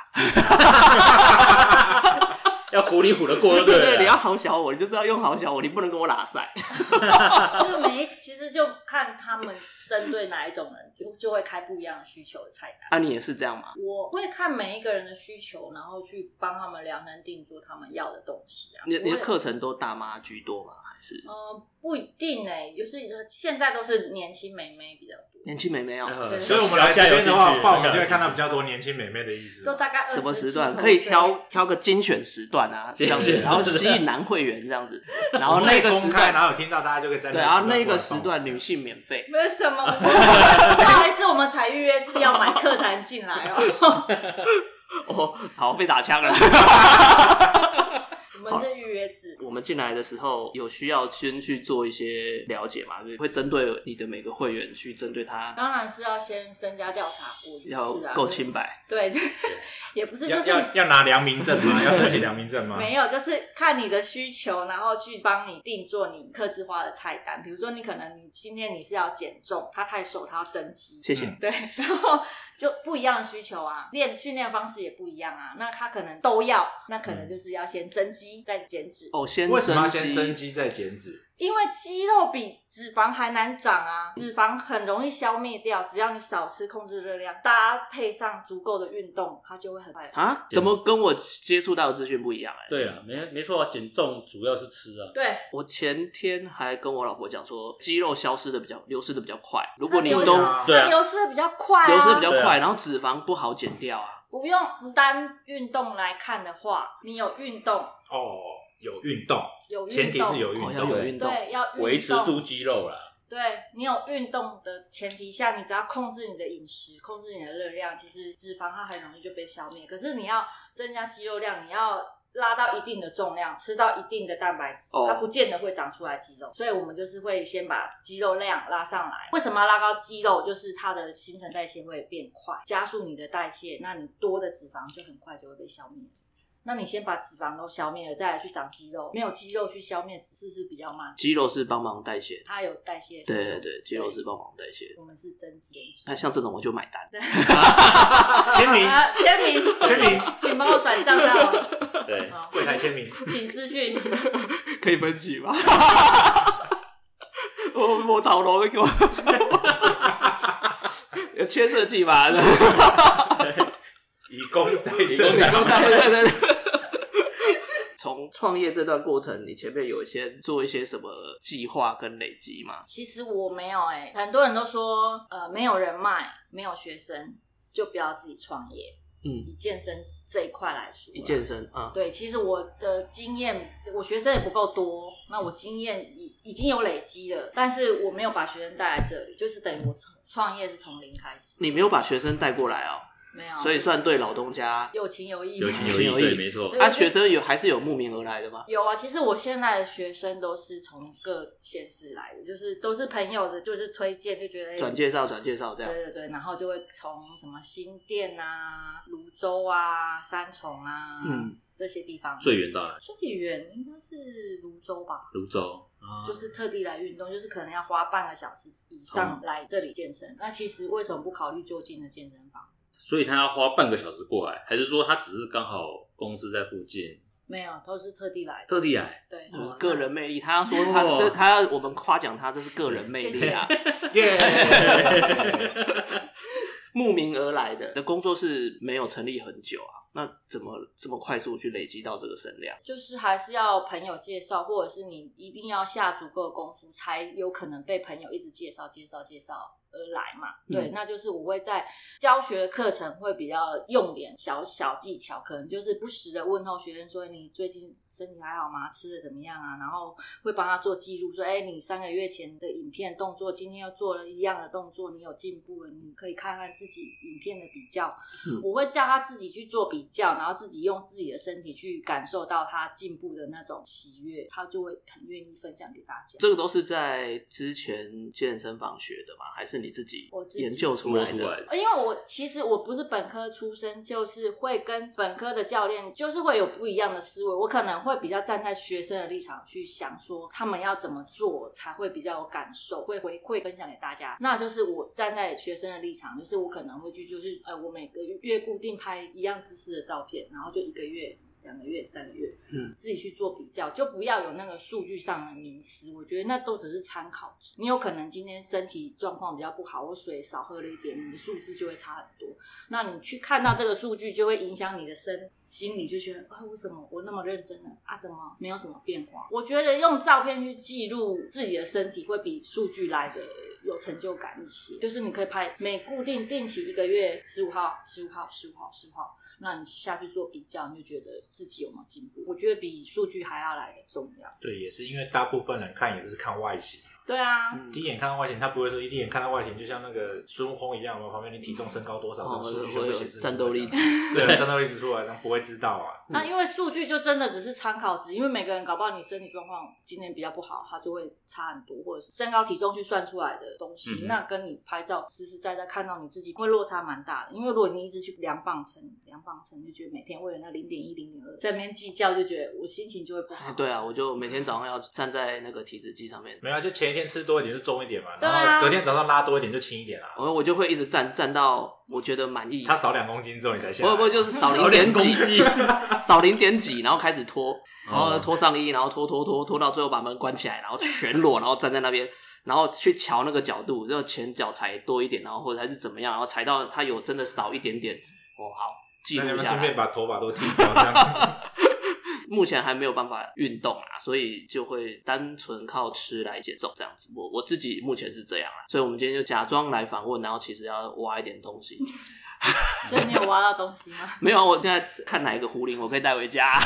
Speaker 3: 要唬你唬得 过就
Speaker 1: 对啊
Speaker 3: 了。
Speaker 1: 你要好小我，你就是要用好小我，你不能跟我拉塞。
Speaker 5: 就每一其实就看他们针对哪一种人，就就会开不一样的需求的菜单。
Speaker 1: 啊，你也是这样吗？
Speaker 5: 我会看每一个人的需求，然后去帮他们量身定做他们要的东西啊。
Speaker 1: 你你
Speaker 5: 我
Speaker 1: 的
Speaker 5: 也
Speaker 1: 课程都大妈居多吗？还是
Speaker 5: 呃不一定哎、就是现在都是年轻美眉比较多，
Speaker 1: 年轻妹妹哦？
Speaker 3: 呃
Speaker 4: 所以我们来这边的
Speaker 3: 大家有兴
Speaker 4: 话，
Speaker 3: 趣
Speaker 4: 报名就会看到比较多年轻美眉的意思。
Speaker 5: 都大概二十
Speaker 1: 什么时段
Speaker 5: 出头
Speaker 1: 可以
Speaker 5: 岁
Speaker 1: 挑挑个精选时段啊？这
Speaker 3: 精
Speaker 1: 样子，
Speaker 3: 选时
Speaker 1: 然
Speaker 3: 段
Speaker 1: 后吸引男会员这样 子，然后
Speaker 4: 我们可
Speaker 1: 那
Speaker 4: 以
Speaker 1: 个时
Speaker 4: 公开，然
Speaker 1: 段
Speaker 4: 后有听到大家就可以在
Speaker 1: 对，然后那
Speaker 4: 那
Speaker 1: 个
Speaker 4: 个
Speaker 1: 时
Speaker 4: 时
Speaker 1: 段
Speaker 4: 段过来报名
Speaker 1: 女性免费。
Speaker 5: 没有什么，我不不好意思，我们才预约是要买课才能进 来哦。
Speaker 1: 哦，好被打枪了。
Speaker 5: 我们是预约制，
Speaker 1: 我们进来的时候有需要先去做一些了解嘛，会针对你的每个会员去针对他
Speaker 5: 当然是要先身家调查过一
Speaker 1: 要
Speaker 5: 次啊，
Speaker 1: 够清白。
Speaker 5: 对，就是也不是就
Speaker 4: 要
Speaker 5: 是
Speaker 4: 要要拿良民证吗？要申请良民证吗？
Speaker 5: 没有，就是看你的需求，然后去帮你定做你客制化的菜单。比如说，你可能你今天你是要减重，他太瘦，他要增肌，
Speaker 1: 谢谢。
Speaker 4: 嗯
Speaker 5: 对，然后就不一样的需求啊，练训练方式也不一样啊。那他可能都要，那可能就是要先增肌再减脂。
Speaker 1: 哦，先先
Speaker 4: 为什么要
Speaker 1: 增
Speaker 4: 先
Speaker 1: 肌
Speaker 4: 增肌再减脂？
Speaker 5: 因为肌肉比脂肪还难长啊，脂肪很容易消灭掉，只要你少吃、控制热量，搭配上足够的运动，它就会很快。
Speaker 1: 啊？怎么跟我接触到的资讯不一样、哎，
Speaker 3: 对了，没没错啊，减重主要是吃啊。
Speaker 5: 对，
Speaker 1: 我前天还跟我老婆讲说，肌肉消失的比较流失的比较快，如果你都
Speaker 5: 它
Speaker 1: 流
Speaker 5: 流失
Speaker 4: 啊
Speaker 3: 对
Speaker 5: 它
Speaker 3: 啊
Speaker 5: 流失的比较快、啊，
Speaker 1: 失的比较
Speaker 3: 对啊
Speaker 1: 快，然后脂肪不好减掉啊。
Speaker 5: 不用单运动来看的话，你有运动，
Speaker 4: 哦，有运动，
Speaker 5: 有运动，
Speaker 4: 前提是有运
Speaker 1: 好
Speaker 4: 动，
Speaker 1: 像哦有运动，
Speaker 5: 对，要运动
Speaker 3: 维持住肌肉啦，
Speaker 5: 对你有运动的前提下，你只要控制你的饮食，控制你的热量，其实脂肪它很容易就被消灭。可是你要增加肌肉量，你要拉到一定的重量，吃到一定的蛋白质，
Speaker 1: 哦
Speaker 5: 它不见得会长出来肌肉。所以我们就是会先把肌肉量拉上来。为什么要拉高肌肉？就是它的新陈代谢会变快，加速你的代谢，那你多的脂肪就很快就会被消灭。那你先把脂肪都消灭了，再来去长肌肉，没有肌肉去消灭脂质是比较慢，
Speaker 1: 肌肉是帮忙代谢的，
Speaker 5: 它有代谢。
Speaker 1: 对对对，肌肉是帮忙代谢的。
Speaker 5: 我们是增肌。
Speaker 1: 那像这种我就买 单，
Speaker 4: 签名
Speaker 5: 啊签 名，
Speaker 4: 签名，
Speaker 5: 请帮我转账 到
Speaker 3: 对，
Speaker 1: 哦
Speaker 5: 好
Speaker 4: 柜台签名，
Speaker 5: 请私讯。
Speaker 1: 可以分期吗？ 我我讨楼给我， 有缺设计吧？
Speaker 4: 以工代
Speaker 3: 以
Speaker 4: 政
Speaker 3: 工代，
Speaker 1: 对对对。 从创业这段过程，你前面有一些做一些什么计划跟累积吗？
Speaker 5: 其实我没有哎、很多人都说呃没有人脉，没有学生，就不要自己创业。
Speaker 1: 嗯，
Speaker 5: 以健身这一块来说，
Speaker 1: 一健身啊，
Speaker 5: 对，其实我的经验，我学生也不够多，那我经验已已经有累积了，但是我没有把学生带来这里，就是等于我从创业是从零开始，
Speaker 1: 你没有把学生带过来哦，
Speaker 5: 没有，
Speaker 1: 所以算对老东家。
Speaker 5: 有情有义，
Speaker 3: 有情有
Speaker 1: 情
Speaker 3: 义，
Speaker 1: 有义
Speaker 3: 对，没错
Speaker 5: 对。
Speaker 1: 啊，学生有还是有慕名而来的吗？
Speaker 5: 有啊，其实我现在的学生都是从各县市来的，就是都是朋友的，就是推荐就觉得哎
Speaker 1: 转介绍，转介绍这样
Speaker 5: 对。对对，然后就会从什么新店啊、泸州啊、三重啊，
Speaker 1: 嗯，
Speaker 5: 这些地方
Speaker 3: 最远到哪？
Speaker 5: 最远应该是泸州吧，
Speaker 3: 泸州啊
Speaker 1: 哦
Speaker 5: 就是特地来运动，就是可能要花半个小时以
Speaker 1: 哦
Speaker 5: 上来这里健身。那其实为什么不考虑就近的健身房？
Speaker 3: 所以他要花半个小时过来，还是说他只是刚好公司在附近，
Speaker 5: 没有，都是特地来的。
Speaker 3: 特地来？
Speaker 5: 对，
Speaker 1: 我嗯个人魅力，他要说他
Speaker 3: 哦
Speaker 1: 这他要我们夸奖他，这是个人魅力啊，
Speaker 4: 耶！
Speaker 1: 慕名而来的。的工作室没有成立很久啊，那怎么这么快速去累积到这个声量？
Speaker 5: 就是还是要朋友介绍，或者是你一定要下足够的功夫，才有可能被朋友一直介绍、介绍、介绍而来嘛。对，
Speaker 1: 嗯
Speaker 5: 那就是我会在教学课程会比较用点小小技巧，可能就是不时的问候学生说你最近身体还好吗？吃的怎么样啊？然后会帮他做记录，说哎，你三个月前的影片动作，今天又做了一样的动作，你有进步了，你可以看看自己影片的比较。我会叫他自己去做比较，然后自己用自己的身体去感受到他进步的那种喜悦，他就会很愿意分享给大家。
Speaker 1: 这个都是在之前健身房学的吗？还是你自己
Speaker 5: 我自己
Speaker 1: 研究出来
Speaker 3: 摸出来
Speaker 1: 的？
Speaker 3: 的
Speaker 5: 呃因为我其实我不是本科出身，就是会跟本科的教练就是会有不一样的思维，我可能会比较站在学生的立场去想，说他们要怎么做才会比较有感受，会回馈分享给大家。那就是我站在学生的立场，就是我可能会去就是呃，我每个月固定拍一样姿势的照片，然后就一个月。两个月、三个月，
Speaker 1: 嗯，
Speaker 5: 自己去做比较，就不要有那个数据上的迷思。我觉得那都只是参考值。你有可能今天身体状况比较不好，或水少喝了一点，你的数字就会差很多。那你去看到这个数据，就会影响你的身心理，就觉得啊，为什么我那么认真呢？啊，怎么没有什么变化？我觉得用照片去记录自己的身体，会比数据来的有成就感一些。就是你可以拍每固定定期一个月十五号、十五号、十五号、十五号，那你下去做比较，你就觉得自己有没有进步。我觉得比数据还要来的重要。
Speaker 4: 对，也是因为大部分人看也是看外形，
Speaker 5: 对啊，
Speaker 1: 嗯
Speaker 4: 第一眼看到外形，他不会说一眼看到外形，就像那个孙悟空一样，我旁边你体重、身高多少，这
Speaker 1: 哦
Speaker 4: 个数据
Speaker 1: 我
Speaker 4: 就
Speaker 1: 有
Speaker 4: 会显示出来
Speaker 1: 战斗力 值，
Speaker 4: 对，战斗力值出来，但不会知道啊。
Speaker 5: 那因为数据就真的只是参考值，因为每个人搞不好你身体状况今年比较不好，它就会差很多，或者是身高体重去算出来的东西，
Speaker 3: 嗯
Speaker 5: 那跟你拍照实实在在看到你自己会落差蛮大的。因为如果你一直去量磅秤，量磅秤就觉得每天为了那零点一、零点二在那边计较，就觉得我心情就会不好。
Speaker 1: 啊哎对啊，我就每天早上要站在那个体脂机上面，
Speaker 4: 没有啊，就前一天吃多一点就重一点嘛，
Speaker 5: 对啊
Speaker 4: 然后隔天早上拉多一点就轻一点啦。
Speaker 1: 我我就会一直站站到我觉得满意
Speaker 4: 他。少两公斤之后你才下来，
Speaker 1: 不不就是少零点几，少零点几，然后开始脱，然
Speaker 4: 哦
Speaker 3: 哦
Speaker 1: 后脱上衣，然后脱脱脱脱到最后把门关起来，然后全裸，然后站在那边，然后去瞧那个角度，就前脚踩多一点，然后或者还是怎么样，然后踩到它有真的少一点点。哦，好，记
Speaker 4: 那你
Speaker 1: 录
Speaker 4: 们
Speaker 1: 下
Speaker 4: 顺便
Speaker 1: 来。
Speaker 4: 把头发都剃掉，这样
Speaker 1: 目前还没有办法运动啊，所以就会单纯靠吃来减重这样子。我我自己目前是这样啊，所以我们今天就假装来访问，然后其实要挖一点东西。
Speaker 5: 所以你有挖到东西吗？
Speaker 1: 没有，啊，我现在看哪一个狐狸，我可以带回家。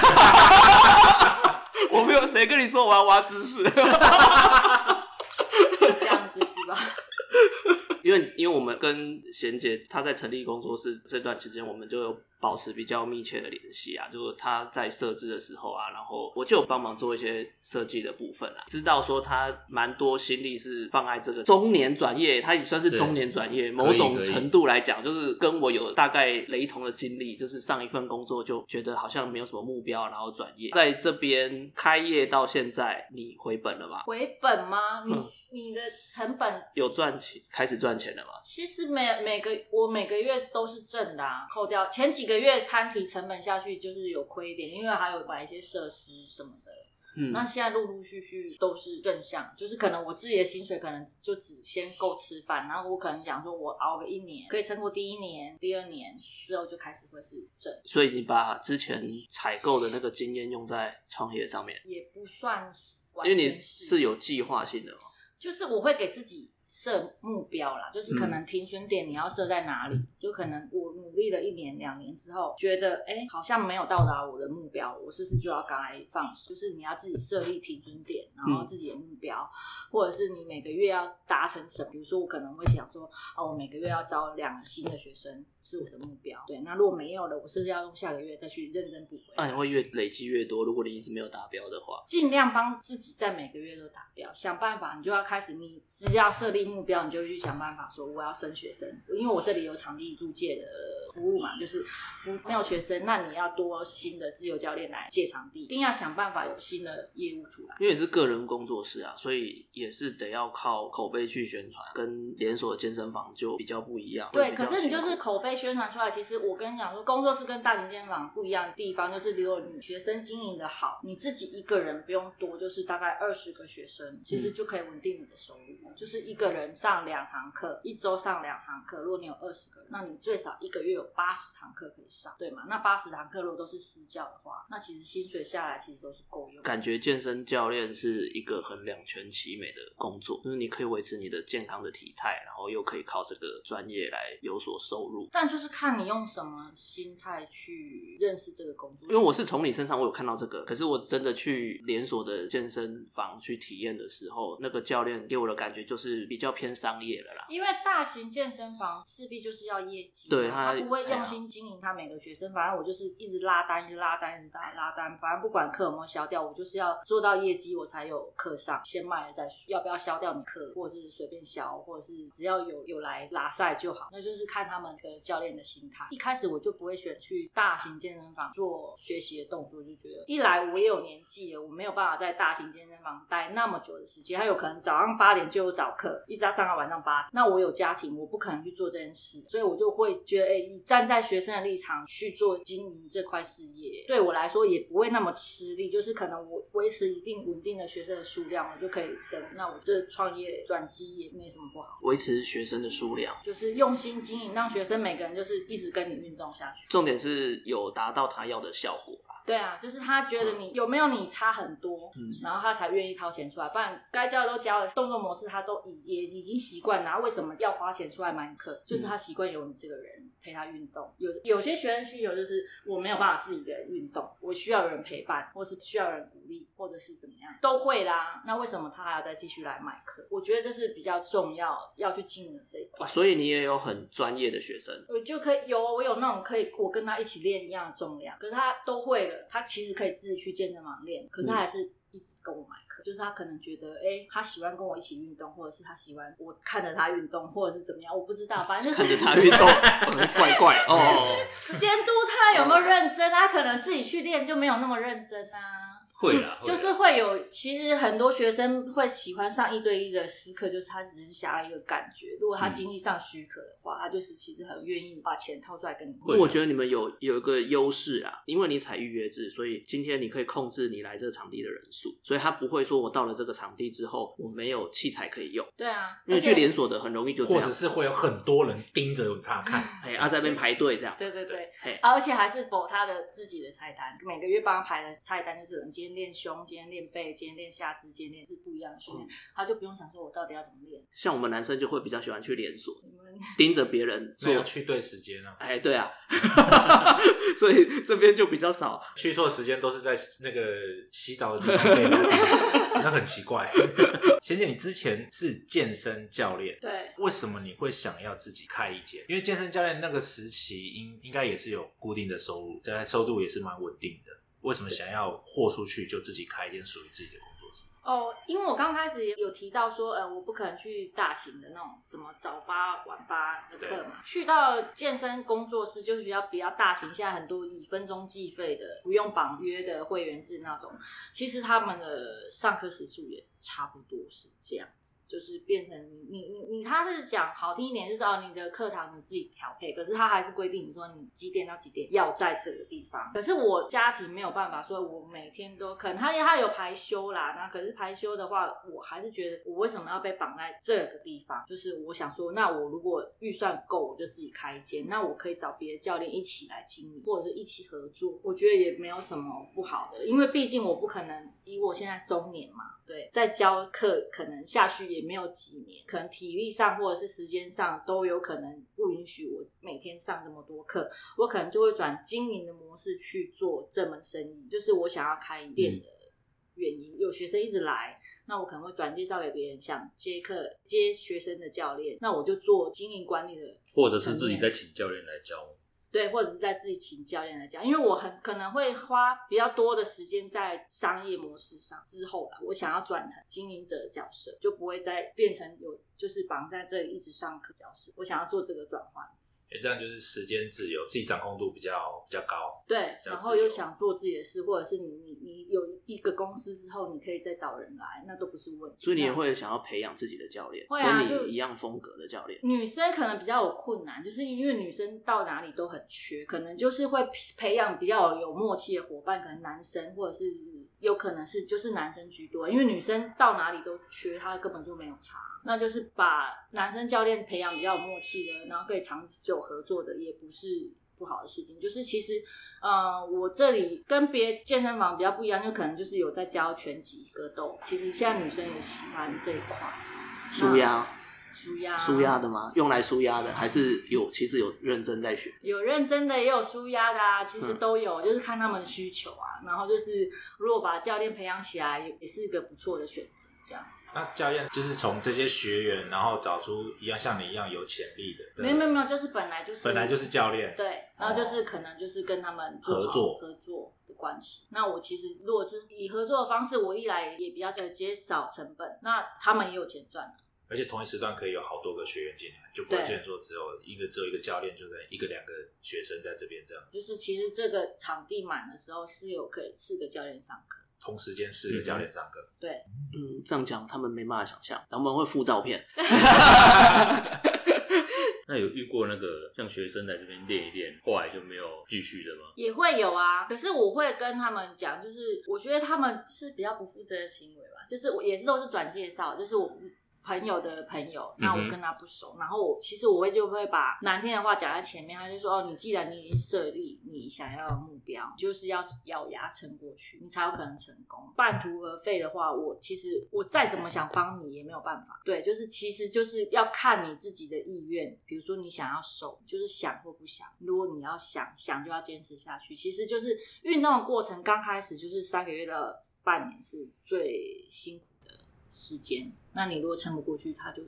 Speaker 1: 我没有谁跟你说我要挖知识，
Speaker 5: 这样子是 吧？
Speaker 1: 因为因为我们跟贤姐她在成立工作室这段期间，我们就有保持比较密切的联系啊，就是她在设置的时候啊，然后我就有帮忙做一些设计的部分啊，知道说她蛮多心力是放在这个中年转业，她也算是
Speaker 3: 对
Speaker 1: 中年转业，某种
Speaker 3: 可以
Speaker 1: 程度来讲，就是跟我有大概雷同的经历，就是上一份工作就觉得好像没有什么目标，然后转业，在这边开业到现在，你回本了吗？
Speaker 5: 回本吗？你、
Speaker 1: 嗯
Speaker 5: 你的成本
Speaker 1: 有赚钱，开始赚钱了吗？
Speaker 5: 其实每每个我每个月都是挣的、啊，扣掉前几个月摊提成本下去就是有亏一点，因为还有买一些设施什么的。
Speaker 1: 嗯，
Speaker 5: 那现在陆陆续续都是正向，就是可能我自己的薪水可能就只先够吃饭，然后我可能想说我熬个一年，可以撑过第一年、第二年之后就开始会是正，
Speaker 1: 所以你把之前采购的那个经验用在创业上面，
Speaker 5: 也不算是完
Speaker 1: 因为
Speaker 5: 全
Speaker 1: 你是
Speaker 5: 有。
Speaker 1: 有计划性的嘛。
Speaker 5: 就是我会给自己设目标啦，就是可能停损点你要设在哪里，就可能我努力了一年两年之后，觉得哎、诶好像没有到达我的目标，我是不是就要该放手？就是你要自己设立停损点，然后自己的目标，或者是你每个月要达成什么？比如说我可能会想说，哦，我每个月要招两个新的学生是我的目标，对，那如果没有了，我是不是要用下个月再去认真补回来？
Speaker 1: 那你会越累积越多，如果你一直没有达标的话，
Speaker 5: 尽量帮自己在每个月都达标，想办法，你就要开始，你只要设立目标，你就去想办法说我要升学生，因为我这里有场地租借的服务嘛，就是不没有学生，那你要多新的自由教练来借场地，一定要想办法有新的业务出来。
Speaker 1: 因为你是个人工作室啊，所以也是得要靠口碑去宣传，跟连锁健身房就比较不一样。会
Speaker 5: 对，
Speaker 1: 比
Speaker 5: 可
Speaker 1: 较
Speaker 5: 是你就
Speaker 1: 辛
Speaker 5: 是
Speaker 1: 苦
Speaker 5: 口碑宣传出来。其实我跟你讲说，工作室跟大型健身房不一样的地方，就是如果你学生经营的好，你自己一个人不用多，就是大概二十个学生，其
Speaker 1: 嗯
Speaker 5: 实就可以稳定你的收入。就是一个人上两堂课，一周上两堂课。如果你有二十个人，那你最少一个月有八十堂课可以上，对吗？那八十堂课如果都是私教的话，那其实薪水下来其实都是够用的。
Speaker 1: 感觉健身教练是一个很两全其美的工作，就是你可以维持你的健康的体态，然后又可以靠这个专业来有所收入。
Speaker 5: 但就是看你用什么心态去认识这个工作，
Speaker 1: 因为我是从你身上我有看到这个，可是我真的去连锁的健身房去体验的时候，那个教练给我的感觉就是比较偏商业了啦。
Speaker 5: 因为大型健身房势必就是要业绩嘛，
Speaker 1: 对他
Speaker 5: 他不会
Speaker 1: 哎呀
Speaker 5: 用心经营他每个学生，反正我就是一直拉单，一直拉单，一直拉拉单，反正不管课有没有消掉，我就是要做到业绩，我才有课上，先卖了再说，要不要消掉你课，或者是随便消，或者是只要有有来拉赛就好，那就是看他们的教练的心态。一开始我就不会选去大型健身房做学习的动作，就觉得一来我也有年纪了，我没有办法在大型健身房待那么久的时间，他有可能早上八点就有早课，一直要上到晚上八点。那我有家庭，我不可能去做这件事，所以我就会觉得，哎、以站在学生的立场去做经营这块事业，对我来说也不会那么吃力，就是可能我维持一定稳定的学生的数量，我就可以升。那我这创业转机也没什么不好，
Speaker 1: 维持学生的数量，
Speaker 5: 就是用心经营，让学生每个人就是一直跟你运动下去。
Speaker 1: 重点是有达到他要的效果啦。
Speaker 5: 对啊，就是他觉得你有没有你差很多，
Speaker 1: 嗯
Speaker 5: 然后他才愿意掏钱出来，不然该教的都教了，动作模式他都已也已经习惯了，为什么要花钱出来买你课？就是他习惯有你这个人陪他运动。有有些学生需求就是我没有办法自己一个人运动，我需要有人陪伴，或是需要有人鼓励，或者是怎么样，都会啦。那为什么他还要再继续来买课？我觉得这是比较重要要去经营的这一块
Speaker 1: 哇，。所以你也有很专业的学生，
Speaker 5: 我呃就可以有哦我有那种可以我跟他一起练一样的重量，可是他都会了，他其实可以自己去健身房练，可是
Speaker 1: 嗯
Speaker 5: 他还是。一直跟我买课，就是他可能觉得，哎、他喜欢跟我一起运动，或者是他喜欢我看着他运动，或者是怎么样，我不知道，反正就
Speaker 1: 看
Speaker 5: 是
Speaker 1: 着他运动，怪怪哦。
Speaker 5: 监督他有没有认真，他可能自己去练就没有那么认真啊。
Speaker 3: 会啦，会
Speaker 5: 就
Speaker 3: 啦
Speaker 5: 是会有，其实很多学生会喜欢上一对一的私课，就是他只是想要一个感觉。如果
Speaker 1: 嗯
Speaker 5: 他经济上许可的话，他就是其实很愿意把钱掏出来跟你。
Speaker 1: 我觉得你们有有一个优势啊，因为你采预约制，所以今天你可以控制你来这个场地的人数，所以他不会说我到了这个场地之后我没有器材可以用，
Speaker 5: 对啊，
Speaker 1: 因为
Speaker 5: 而且
Speaker 1: 去连锁的很 容易就这
Speaker 4: 或
Speaker 1: 样
Speaker 4: 者，是会有很多人盯着他 看，
Speaker 1: 哎，啊在那边排队这样，
Speaker 5: 对对对，
Speaker 1: 嘿，
Speaker 5: 啊而且还是否他的自己的菜单，每个月帮他排的菜单就是你今天练胸，今天练背，今天练下肢，今天练是不一样的训
Speaker 1: 嗯
Speaker 5: 练，他就不用想说我到底要怎么练。
Speaker 1: 像我们男生就会比较喜欢去连锁，
Speaker 5: 你们
Speaker 1: 盯着别人
Speaker 4: 那要
Speaker 1: 做，
Speaker 4: 去对时 间啊，
Speaker 1: 哎，对啊，所以这边就比较少，
Speaker 4: 去错时间都是在那个洗澡的地方被骂那很奇怪。 贤姐，你之前是健身教练，
Speaker 5: 对
Speaker 4: 为什么你会想要自己开一间？因为健身教练那个时期应应该也是有固定的收入，在收入也是蛮稳定的。为什么想要豁出去就自己开一间属于自己的工作室？
Speaker 5: 哦，因为我刚开始有提到说，呃，我不可能去大型的那种什么早八晚八的课嘛，去到健身工作室就是比较比较大型，现在很多以分钟计费的，不用绑约的会员制那种，其实他们的上课时数也差不多是这样子。就是变成你你你你，他是讲好听一点，就是哦，你的课堂你自己调配，可是他还是规定你说你几点到几点要在这个地方。可是我家庭没有办法，所以我每天都可能他他有排休啦，那可是排休的话，我还是觉得我为什么要被绑在这个地方？就是我想说，那我如果预算够，我就自己开一间，那我可以找别的教练一起来经营，或者是一起合作，我觉得也没有什么不好的，因为毕竟我不可能以我现在中年嘛，对，在教课可能下去也没有几年，可能体力上或者是时间上都有可能不允许我每天上这么多课，我可能就会转经营的模式去做这门生意，就是我想要开店的原因。有学生一直来，那我可能会转介绍给别人，想接课接学生的教练，那我就做经营管理的
Speaker 3: 或者是自己再请教练来教。
Speaker 5: 对，或者是在自己请教练来讲，因为我很可能会花比较多的时间在商业模式上之后啦，我想要转成经营者的角色，就不会再变成有就是绑在这里一直上课角色，我想要做这个转换，
Speaker 4: 也这样就是时间自由，自己掌控度比较比较高。
Speaker 5: 对，
Speaker 4: 这样
Speaker 5: 然
Speaker 4: 子
Speaker 5: 后又
Speaker 4: 有
Speaker 5: 想做自己的事，或者是你你你有一个公司之后，你可以再找人来，那都不是问题。
Speaker 1: 所以你也
Speaker 5: 那
Speaker 1: 会想要培养自己的教练，
Speaker 5: 啊会啊就
Speaker 1: 跟你一样风格的教练。
Speaker 5: 女生可能比较有困难，就是因为女生到哪里都很缺，可能就是会培养比较有默契的伙伴，可能男生或者是有可能是就是男生居多，因为女生到哪里都缺，她根本就没有差。那就是把男生教练培养比较有默契的，然后可以长久合作的，也不是不好的事情。就是其实，呃，我这里跟别健身房比较不一样，就可能就是有在教拳击、格斗。其实现在女生也喜欢这一块，
Speaker 1: 舒
Speaker 5: 啊
Speaker 1: 压，
Speaker 5: 舒压、
Speaker 1: 舒压的吗？用来舒压的，还是有其实有认真在学？
Speaker 5: 有认真的，也有舒压的啊，其实
Speaker 1: 嗯
Speaker 5: 都有，就是看他们的需求啊。然后就是，如果把教练培养起来，也也是一个不错的选择。这样子，
Speaker 4: 那教练就是从这些学员，然后找出一样像你一样有潜力的，对
Speaker 5: 没有没有没有，就是本来就是
Speaker 4: 本来就是教练，
Speaker 5: 对，然后就是可能就是跟他们做好
Speaker 4: 合作
Speaker 5: 合作的关系。那我其实如果是以合作的方式，我一来也比较呃减少成本，那他们也有钱赚啊。
Speaker 4: 而且同一时段可以有好多个学员进来，就不会
Speaker 5: 对
Speaker 4: 变成说只有一个只有一个教练，就可能一个两个学生在这边这样，
Speaker 5: 就是其实这个场地满的时候是有可以四个教练上课，
Speaker 4: 同时间四个教练上课。
Speaker 5: 对，
Speaker 1: 嗯，这样讲他们没办法想象，然后我们会附照片。
Speaker 3: 那有遇过那个像学生来这边练一练，后来就没有继续的吗？
Speaker 5: 也会有啊，可是我会跟他们讲，就是我觉得他们是比较不负责任行为吧，就是我也是都是转介绍，就是我朋友的朋友，那我跟他不熟，然后我其实我会就会把难听的话讲在前面，他就说哦，你既然你已经设立你想要的目标，就是要咬牙撑过去，你才有可能成功。半途而废的话，我其实我再怎么想帮你也没有办法。对，就是其实就是要看你自己的意愿，比如说你想要瘦，就是想或不想。如果你要想，想就要坚持下去。其实就是运动的过程，刚开始就是三个月到半年是最辛苦的时间。那你如果撑不过去，他就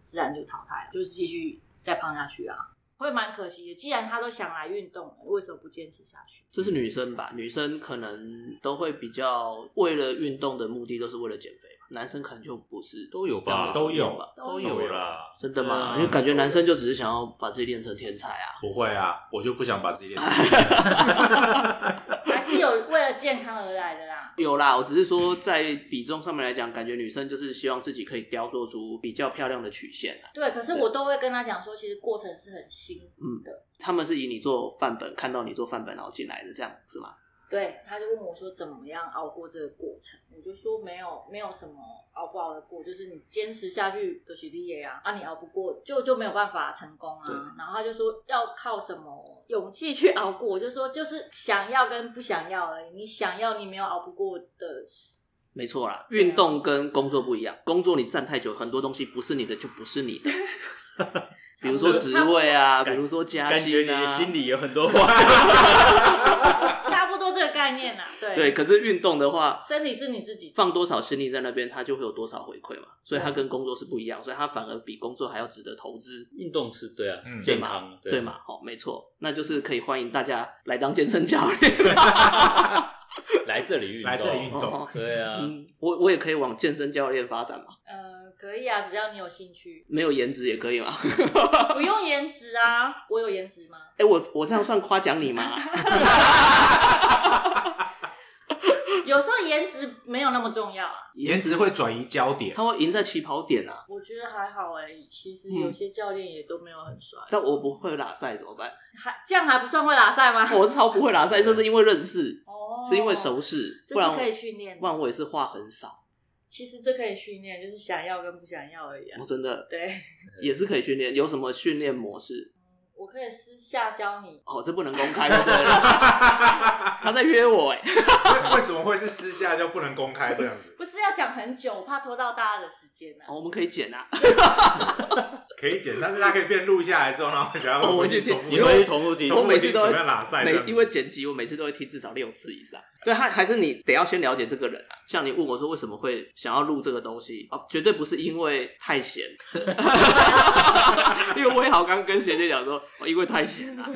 Speaker 5: 自然就淘汰了，就是继续再胖下去啊，会蛮可惜的。既然他都想来运动了，为什么不坚持下去？
Speaker 1: 这是女生吧？女生可能都会比较为了运动的目的都是为了减肥吧，男生可能就不是
Speaker 3: 都有
Speaker 1: 这样
Speaker 3: 吧
Speaker 1: 的，
Speaker 4: 都有
Speaker 1: 经验吧？
Speaker 5: 都
Speaker 3: 有啦。
Speaker 1: 真的吗？
Speaker 3: 对啊
Speaker 1: 因为感觉男生就只是想要把自己练成天才啊。
Speaker 4: 不会啊，我就不想把自己练成。
Speaker 5: 还是是有为了健康而来的啦。
Speaker 1: 有啦，我只是说在比重上面来讲，感觉女生就是希望自己可以雕塑出比较漂亮的曲线啊。
Speaker 5: 对，可是我都会跟他讲说，其实过程是很辛苦。
Speaker 1: 他们是以你做范本，看到你做范本然后进来的，这样是吗？
Speaker 5: 对，他就问我说怎么样熬过这个过程，我就说没有没有什么熬不熬得过，就是你坚持下去的学历业啊，啊你熬不过就就没有办法成功啊。然后他就说要靠什么勇气去熬过，我就说就是想要跟不想要而已，你想要你没有熬不过的事，
Speaker 1: 没错啦，
Speaker 3: 啊
Speaker 1: 运动跟工作不一样，工作你站太久，很多东西不是你的就不是 你的，比如说职位啊，比如说加
Speaker 3: 感觉你
Speaker 1: 薪啊
Speaker 3: 的，心里有很多话。
Speaker 5: 差不多这个概念呐、啊，对
Speaker 1: 对。可是运动的话，
Speaker 5: 身体是你自己，
Speaker 1: 放多少心力在那边，它就会有多少回馈嘛。所以
Speaker 3: 啊
Speaker 1: 它跟工作是不一样，所以它反而比工作还要值得投资，
Speaker 3: 运动是对啊，
Speaker 4: 嗯
Speaker 3: 健康
Speaker 1: 对？嘛？好、没错，那就是可以欢迎大家来当健身教练。
Speaker 3: 来这里运动，
Speaker 4: 来这里运动
Speaker 1: 哦，
Speaker 3: 对啊，
Speaker 1: 嗯，我我也可以往健身教练发展嘛，
Speaker 5: 呃，可以啊，只要你有兴趣，
Speaker 1: 没有颜值也可以嘛。
Speaker 5: 不用颜值啊，我有颜值吗？
Speaker 1: 哎、我我这样算夸奖你吗？
Speaker 5: 有时候颜值没有那么重要啊。
Speaker 4: 颜值会转移焦 点。
Speaker 1: 他会赢在起跑点啊，
Speaker 5: 我觉得还好哎、其实
Speaker 1: 嗯
Speaker 5: 有些教练也都没有很帅，
Speaker 1: 但我不会拉赛怎么办？
Speaker 5: 还这样还不算会拉赛吗？
Speaker 1: 我是超不会拉赛，这是因为认识，
Speaker 5: 哦
Speaker 1: 是因为熟，识，
Speaker 5: 这
Speaker 1: 不
Speaker 5: 是
Speaker 1: 然
Speaker 5: 可以训练
Speaker 1: 不
Speaker 5: 的。
Speaker 1: 然我也是话很少，
Speaker 5: 其实这可以训练，就是想要跟不想要而已啊
Speaker 1: 我。真的
Speaker 5: 对，
Speaker 1: 也是可以训练。有什么训练模式？
Speaker 5: 我可以私下教你。
Speaker 1: 哦，这不能公开就对了。他在约我哎、
Speaker 4: 为为什么会是私下就不能公开这样子？
Speaker 5: 不是要讲很久，我怕拖到大家的时间呢、啊。
Speaker 1: 哦我们可以剪啊。
Speaker 4: 可以剪，但是它可以变录下来之后，然后想要
Speaker 1: 哦我就
Speaker 4: 去
Speaker 1: 听
Speaker 4: 重复
Speaker 3: 你会去同路进
Speaker 1: 我每次都会
Speaker 4: 准备拉塞这
Speaker 1: 每
Speaker 4: 样子
Speaker 1: 因为剪辑，我每次都会听至少六次以上。对，还还是你得要先了解这个人啊。像你问我说为什么会想要录这个东西哦，绝对不是因为太闲， 因为我也好刚跟学姐讲说，哦，因为太闲了、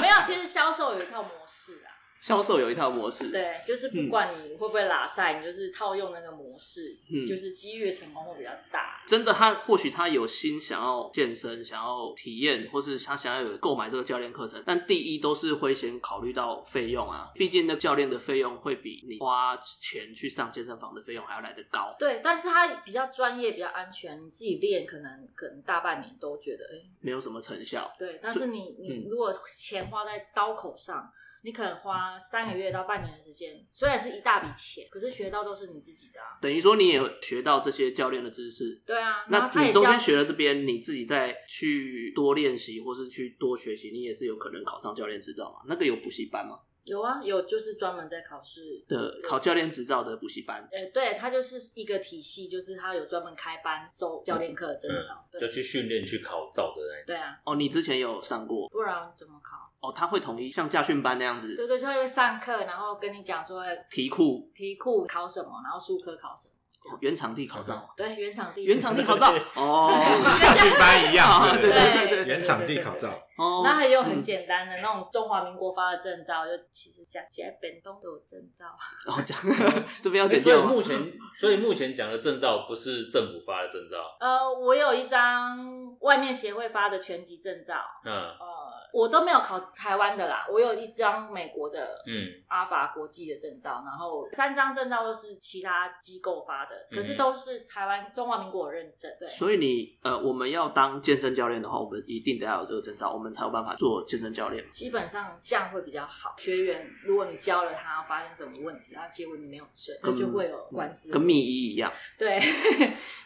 Speaker 5: 没有，其实销售有一套模式啊。
Speaker 1: 销售有一套模式，
Speaker 5: 对，就是不管你会不会拉赛，你就是套用那个模式，
Speaker 1: 嗯
Speaker 5: 就是几率的成功会比较大。
Speaker 1: 真的他或许他有心想要健身，想要体验，或是他想要有购买这个教练课程，但第一都是会先考虑到费用啊，毕竟那教练的费用会比你花钱去上健身房的费用还要来得高。
Speaker 5: 对，但是它比较专业，比较安全，你自己练可能可能大半年都觉得，哎、
Speaker 1: 没有什么成效。
Speaker 5: 对，但是你你
Speaker 1: 嗯
Speaker 5: 如果钱花在刀口上，你可能花三个月到半年的时间，虽然是一大笔钱，可是学到都是你自己的、啊。
Speaker 1: 等于说你也有学到这些教练的知识，
Speaker 5: 对啊，
Speaker 1: 那
Speaker 5: 然后他
Speaker 1: 你
Speaker 5: 也
Speaker 1: 中
Speaker 5: 教
Speaker 1: 间学了这边，你自己再去多练习，或是去多学习，你也是有可能考上教练执照嘛？那个有补习班吗？
Speaker 5: 有啊有，就是专门在考试。
Speaker 1: 的考教练执照的补习班，
Speaker 5: 呃，对，它就是一个体系，就是它有专门开班收教练课的证照。
Speaker 3: 就
Speaker 5: 对
Speaker 3: 去训练去考照的那一种。
Speaker 5: 对啊，
Speaker 1: 哦，你之前有上过
Speaker 5: 不然怎么考？
Speaker 1: 哦？他会统一像驾训班那样
Speaker 5: 对
Speaker 1: 子，
Speaker 5: 对，就会上课，然后跟你讲说呃
Speaker 1: 题库、
Speaker 5: 题库考什么，然后术科考什么。
Speaker 1: 哦原场地考 照，
Speaker 5: 对，原场地
Speaker 1: 原场地考照哦，
Speaker 4: 像训班一
Speaker 1: 啊
Speaker 5: 哦
Speaker 4: 样，
Speaker 1: 对
Speaker 4: 对
Speaker 1: 对对
Speaker 4: 对，原场地考照，
Speaker 1: 哦，
Speaker 5: 那还有很
Speaker 1: 嗯
Speaker 5: 简单的、那种中华民国发的证照，就其实讲起来，本东都有证照。
Speaker 1: 哦，这样这边要
Speaker 3: 欸
Speaker 1: 剪
Speaker 3: 所以
Speaker 1: 掉吗
Speaker 3: 目前，所以目前讲的证照不是政府发的证照，
Speaker 5: 呃，我有一张外面协会发的拳击证照，
Speaker 3: 嗯
Speaker 5: 呃，我都没有考台湾的啦，我有一张美国的
Speaker 3: 嗯，
Speaker 5: 阿法国际的证照，然后三张证照都是其他机构发的，可是
Speaker 3: 嗯
Speaker 5: 都是台湾中华民国有认证。对，
Speaker 1: 所以你呃，我们要当健身教练的话，我们一定得要有这个证照，我们才有办法做健身教练嘛。
Speaker 5: 基本上这样会比较好。学员如果你教了他发现什么问题，然后结果你没有证，这
Speaker 1: 跟嗯
Speaker 5: 就会有官司。
Speaker 1: 跟密医一样。
Speaker 5: 对，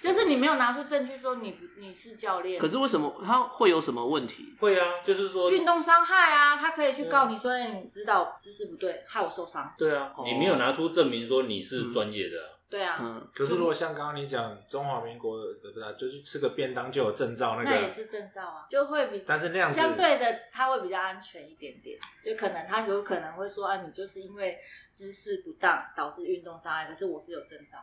Speaker 5: 就是你没有拿出证据说你不你是教练。
Speaker 1: 可是为什么他会有什么问题？
Speaker 3: 会啊，就是说
Speaker 5: 运动伤害啊，他可以去告你说哎你指导姿势不对，害我受伤。
Speaker 3: 对啊
Speaker 1: 哦，
Speaker 3: 你没有拿出证明说你是专业的啊，
Speaker 5: 对啊，
Speaker 1: 嗯，
Speaker 4: 可是如果像刚刚你讲中华民国的，呃不是，就是吃个便当就有证照那
Speaker 5: 那也
Speaker 4: 个，
Speaker 5: 是证照啊，就会比
Speaker 4: 但是那样子
Speaker 5: 相对的，他会比较安全一点点。就可能他有可能会说啊，你就是因为姿势不当导致运动伤害，可是我是有证照，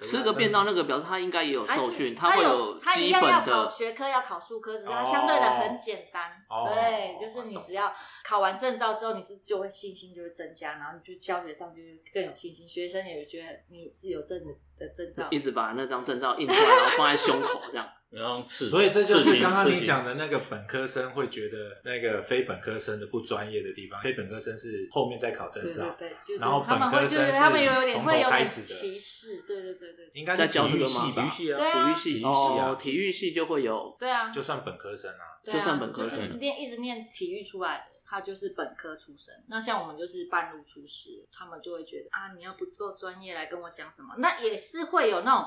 Speaker 1: 吃个便当那个表示他应该也有
Speaker 5: 还是
Speaker 1: 受训，
Speaker 5: 他
Speaker 1: 会
Speaker 5: 有他一
Speaker 1: 基
Speaker 5: 样要
Speaker 1: 本
Speaker 5: 考
Speaker 1: 的。
Speaker 5: 学科，要考数科，只是他
Speaker 4: 哦
Speaker 5: 相对的很简单。
Speaker 4: 哦
Speaker 5: 对，就是你只要考完证照之后，你是就会信心就会增加，然后你就教学上就会更有信心，学生也会觉得你是有证的证照
Speaker 1: 一。直把那张证照印出来，然后放在胸口这样。
Speaker 3: 然后刺青，
Speaker 4: 所以这就
Speaker 3: 刺
Speaker 4: 是
Speaker 3: 青
Speaker 4: 刚刚
Speaker 3: 刺
Speaker 4: 你
Speaker 3: 青
Speaker 4: 讲的那个本科生会觉得那个非本科生的不专业的地方，非本科生是后面再考证
Speaker 5: 对
Speaker 4: 照
Speaker 5: 对，对，就
Speaker 4: 然后
Speaker 5: 他们
Speaker 4: 本
Speaker 5: 会
Speaker 4: 科
Speaker 5: 就
Speaker 4: 生
Speaker 5: 是他们
Speaker 4: 是
Speaker 5: 有点
Speaker 4: 从
Speaker 5: 会
Speaker 4: 头
Speaker 5: 有
Speaker 4: 开
Speaker 5: 点
Speaker 4: 始的
Speaker 5: 歧视，对对对对对，
Speaker 4: 应该
Speaker 1: 在
Speaker 4: 是
Speaker 1: 教
Speaker 4: 体
Speaker 1: 这
Speaker 4: 育
Speaker 1: 个
Speaker 4: 系
Speaker 1: 吗
Speaker 3: 体育
Speaker 4: 吧？
Speaker 3: 系
Speaker 5: 对
Speaker 3: 啊，体育
Speaker 5: 啊
Speaker 3: 系
Speaker 5: 体
Speaker 4: 系啊
Speaker 1: 哦，体育系就会有
Speaker 5: 对啊，
Speaker 4: 就算本科生啊，
Speaker 5: 对啊
Speaker 1: 就算本科
Speaker 5: 就
Speaker 1: 生
Speaker 5: 是念一直念体育出来的，他就是本科出身。那像我们就是半路出师，他们就会觉得啊，你要不够专业来跟我讲什么，那也是会有那种。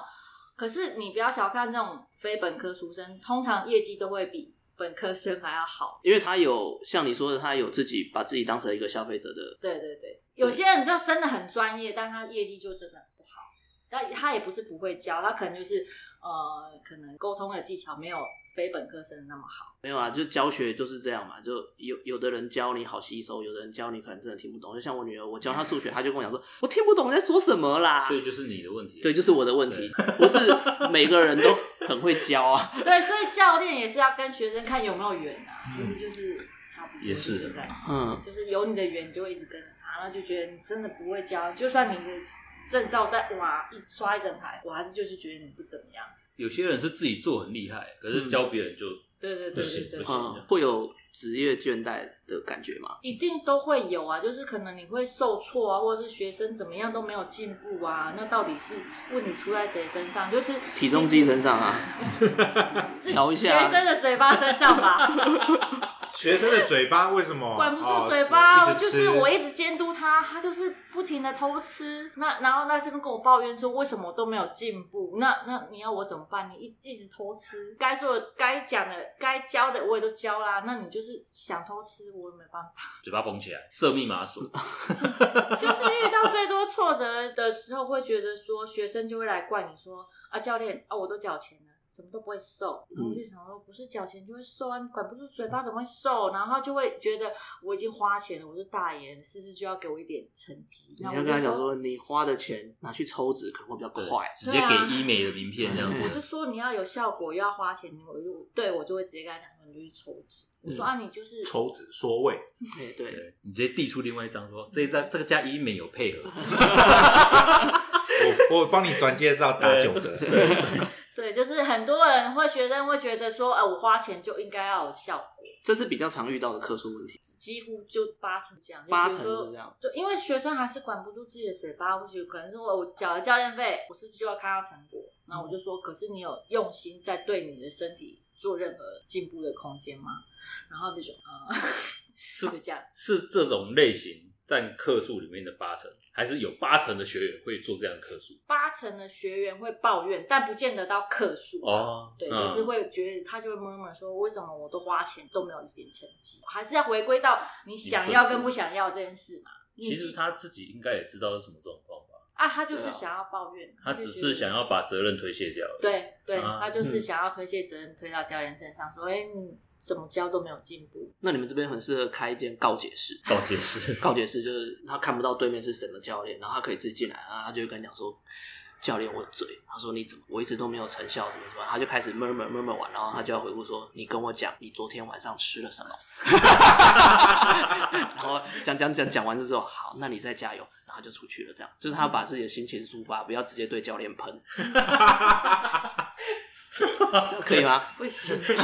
Speaker 5: 可是你不要小看这种非本科出身，通常业绩都会比本科生还要好。
Speaker 1: 因为他有像你说的，他有自己把自己当成一个消费者的，
Speaker 5: 对对对，有些人就真的很专业，但他业绩就真的不好。但他也不是不会教，他可能就是呃，可能沟通的技巧没有非本科生那么好。
Speaker 1: 没有啊，就教学就是这样嘛，就有有的人教你好吸收，有的人教你可能真的听不懂。就像我女儿，我教她数学，她就跟我讲说，我听不懂你在说什么啦
Speaker 3: 所。以就是你的问题。
Speaker 1: 对，就是我的问题，不是每个人都很会教啊。
Speaker 5: 对，所以教练也是要跟学生看有没有缘啊，其实就是差不多
Speaker 3: 嗯也是
Speaker 5: 这个概念，
Speaker 1: 嗯，
Speaker 5: 就是有你的缘，你就会一直跟着他，然后就觉得你真的不会教，就算你的证照在哇一刷一整排，我还是就是觉得你不怎么样。
Speaker 3: 有些人是自己做很厉害，可
Speaker 4: 嗯
Speaker 3: 是教别人就
Speaker 5: 对对
Speaker 3: 不
Speaker 5: 对对
Speaker 3: 行
Speaker 5: 对
Speaker 3: 不
Speaker 5: 对
Speaker 3: 行。
Speaker 1: 嗯，会有职业倦怠的感觉吗？
Speaker 5: 一定都会有啊，就是可能你会受挫啊，或者是学生怎么样都没有进步啊，那到底是问题出在谁身上？就是
Speaker 1: 体重机身上 啊，
Speaker 5: 是
Speaker 1: 调一下啊
Speaker 5: 学生的嘴巴身上吧，
Speaker 4: 学生的嘴巴为什么
Speaker 5: 管不住嘴巴，
Speaker 4: 哦
Speaker 5: 就
Speaker 4: 一直
Speaker 5: 是
Speaker 4: 吃
Speaker 5: 我一直监督他，他就是不停的偷吃，那然后那是跟我抱怨说为什么都没有进步，那那你要我怎么办？你一一直偷吃，该做的、该讲的、该教的我也都教啦，那你就是想偷吃，我也没办法。
Speaker 3: 嘴巴缝起来，设密码锁。
Speaker 5: 啊就是遇到最多挫折的时候，会觉得说学生就会来怪你说啊，教练啊，我都缴钱了。怎么都不会瘦，然
Speaker 1: 嗯
Speaker 5: 后我就想说，不是缴钱就会瘦啊，你管不住嘴巴怎么会瘦？然后他就会觉得我已经花钱了，我是大爷，是不是就要给我一点成绩？
Speaker 1: 你
Speaker 5: 那
Speaker 1: 要
Speaker 5: 我
Speaker 1: 跟
Speaker 5: 就
Speaker 1: 他讲说，你花的钱拿去抽脂可能会比较快。啊
Speaker 3: 直接给医美的名片这样
Speaker 5: 我
Speaker 3: 子。
Speaker 5: 就说你要有效果，又要花钱，我就对我就会直接跟他讲说，你就去抽脂。我
Speaker 1: 嗯
Speaker 5: 说啊，你就是
Speaker 4: 抽脂缩胃，
Speaker 1: 对哎 对，
Speaker 3: 对你直接递出另外一张说，这一张这个加医美有配合，
Speaker 4: 我 我帮你转介绍打九折，
Speaker 5: 对，就是很多人会学生会觉得说，啊，我花钱就应该要有效果。
Speaker 1: 这是比较常遇到的客诉问题，
Speaker 5: 几乎就八成这样，就
Speaker 1: 八
Speaker 5: 比如
Speaker 1: 成
Speaker 5: 说
Speaker 1: 都是这样。
Speaker 5: 对，因为学生还是管不住自己的嘴巴，我觉得可能是我缴了教练费，我是不是就要看到成果？然后我就说，可是你有用心在对你的身体做任何进步的空间吗？然后他就说，啊、
Speaker 3: 是
Speaker 5: 就这样。
Speaker 3: 是这种类型占客数里面的八成，还是有八成的学员会做这样的客数？
Speaker 5: 八成的学员会抱怨，但不见得到客诉。
Speaker 3: 哦，
Speaker 5: 对，
Speaker 3: 嗯
Speaker 5: 就是会觉得他就会 murmur 说，为什么我都花钱都没有一点成绩？还是要回归到你想要跟不想要这件事嘛。你
Speaker 3: 其实他自己应该也知道是什么状况吧，
Speaker 5: 啊，他就是想要抱怨，啊
Speaker 3: 他
Speaker 5: 就
Speaker 3: 只
Speaker 5: 觉
Speaker 3: 是
Speaker 5: 得
Speaker 3: 想要把责任推卸掉。，
Speaker 5: 对对，
Speaker 3: 啊
Speaker 5: 他就是
Speaker 1: 嗯
Speaker 5: 想要推卸责任推到教练身上，说：“哎、你怎么教都没有进步。
Speaker 1: 那你们这边很适合开一间告解室。。
Speaker 3: 告解释
Speaker 1: 告解室就是他看不到对面是什么教练，然后他可以自己进来，然后他就会跟你讲说：“教练，我有罪。”他说：“你怎么我一直都没有成效，什么什么？”他就开始 murmur murmur 完，然后他就要回复说：“你跟我讲，你昨天晚上吃了什么？” 然后讲讲讲讲完之后，好，那你再加油，然后就出去了。这样就是他把自己的心情抒发，不要直接对教练喷， 可以吗？
Speaker 5: 不 行，
Speaker 1: 不行，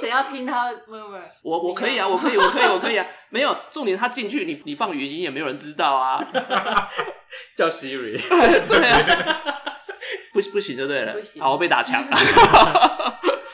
Speaker 5: 谁要听他 murmur？
Speaker 1: 我我可以啊，我可以，我可以，我可以啊。 没有重点，他进去，你你放语音也没有人知道啊。
Speaker 3: 叫 Siri，
Speaker 1: 对啊， 不不行就对了
Speaker 5: 不，行
Speaker 1: 好，我被打 枪。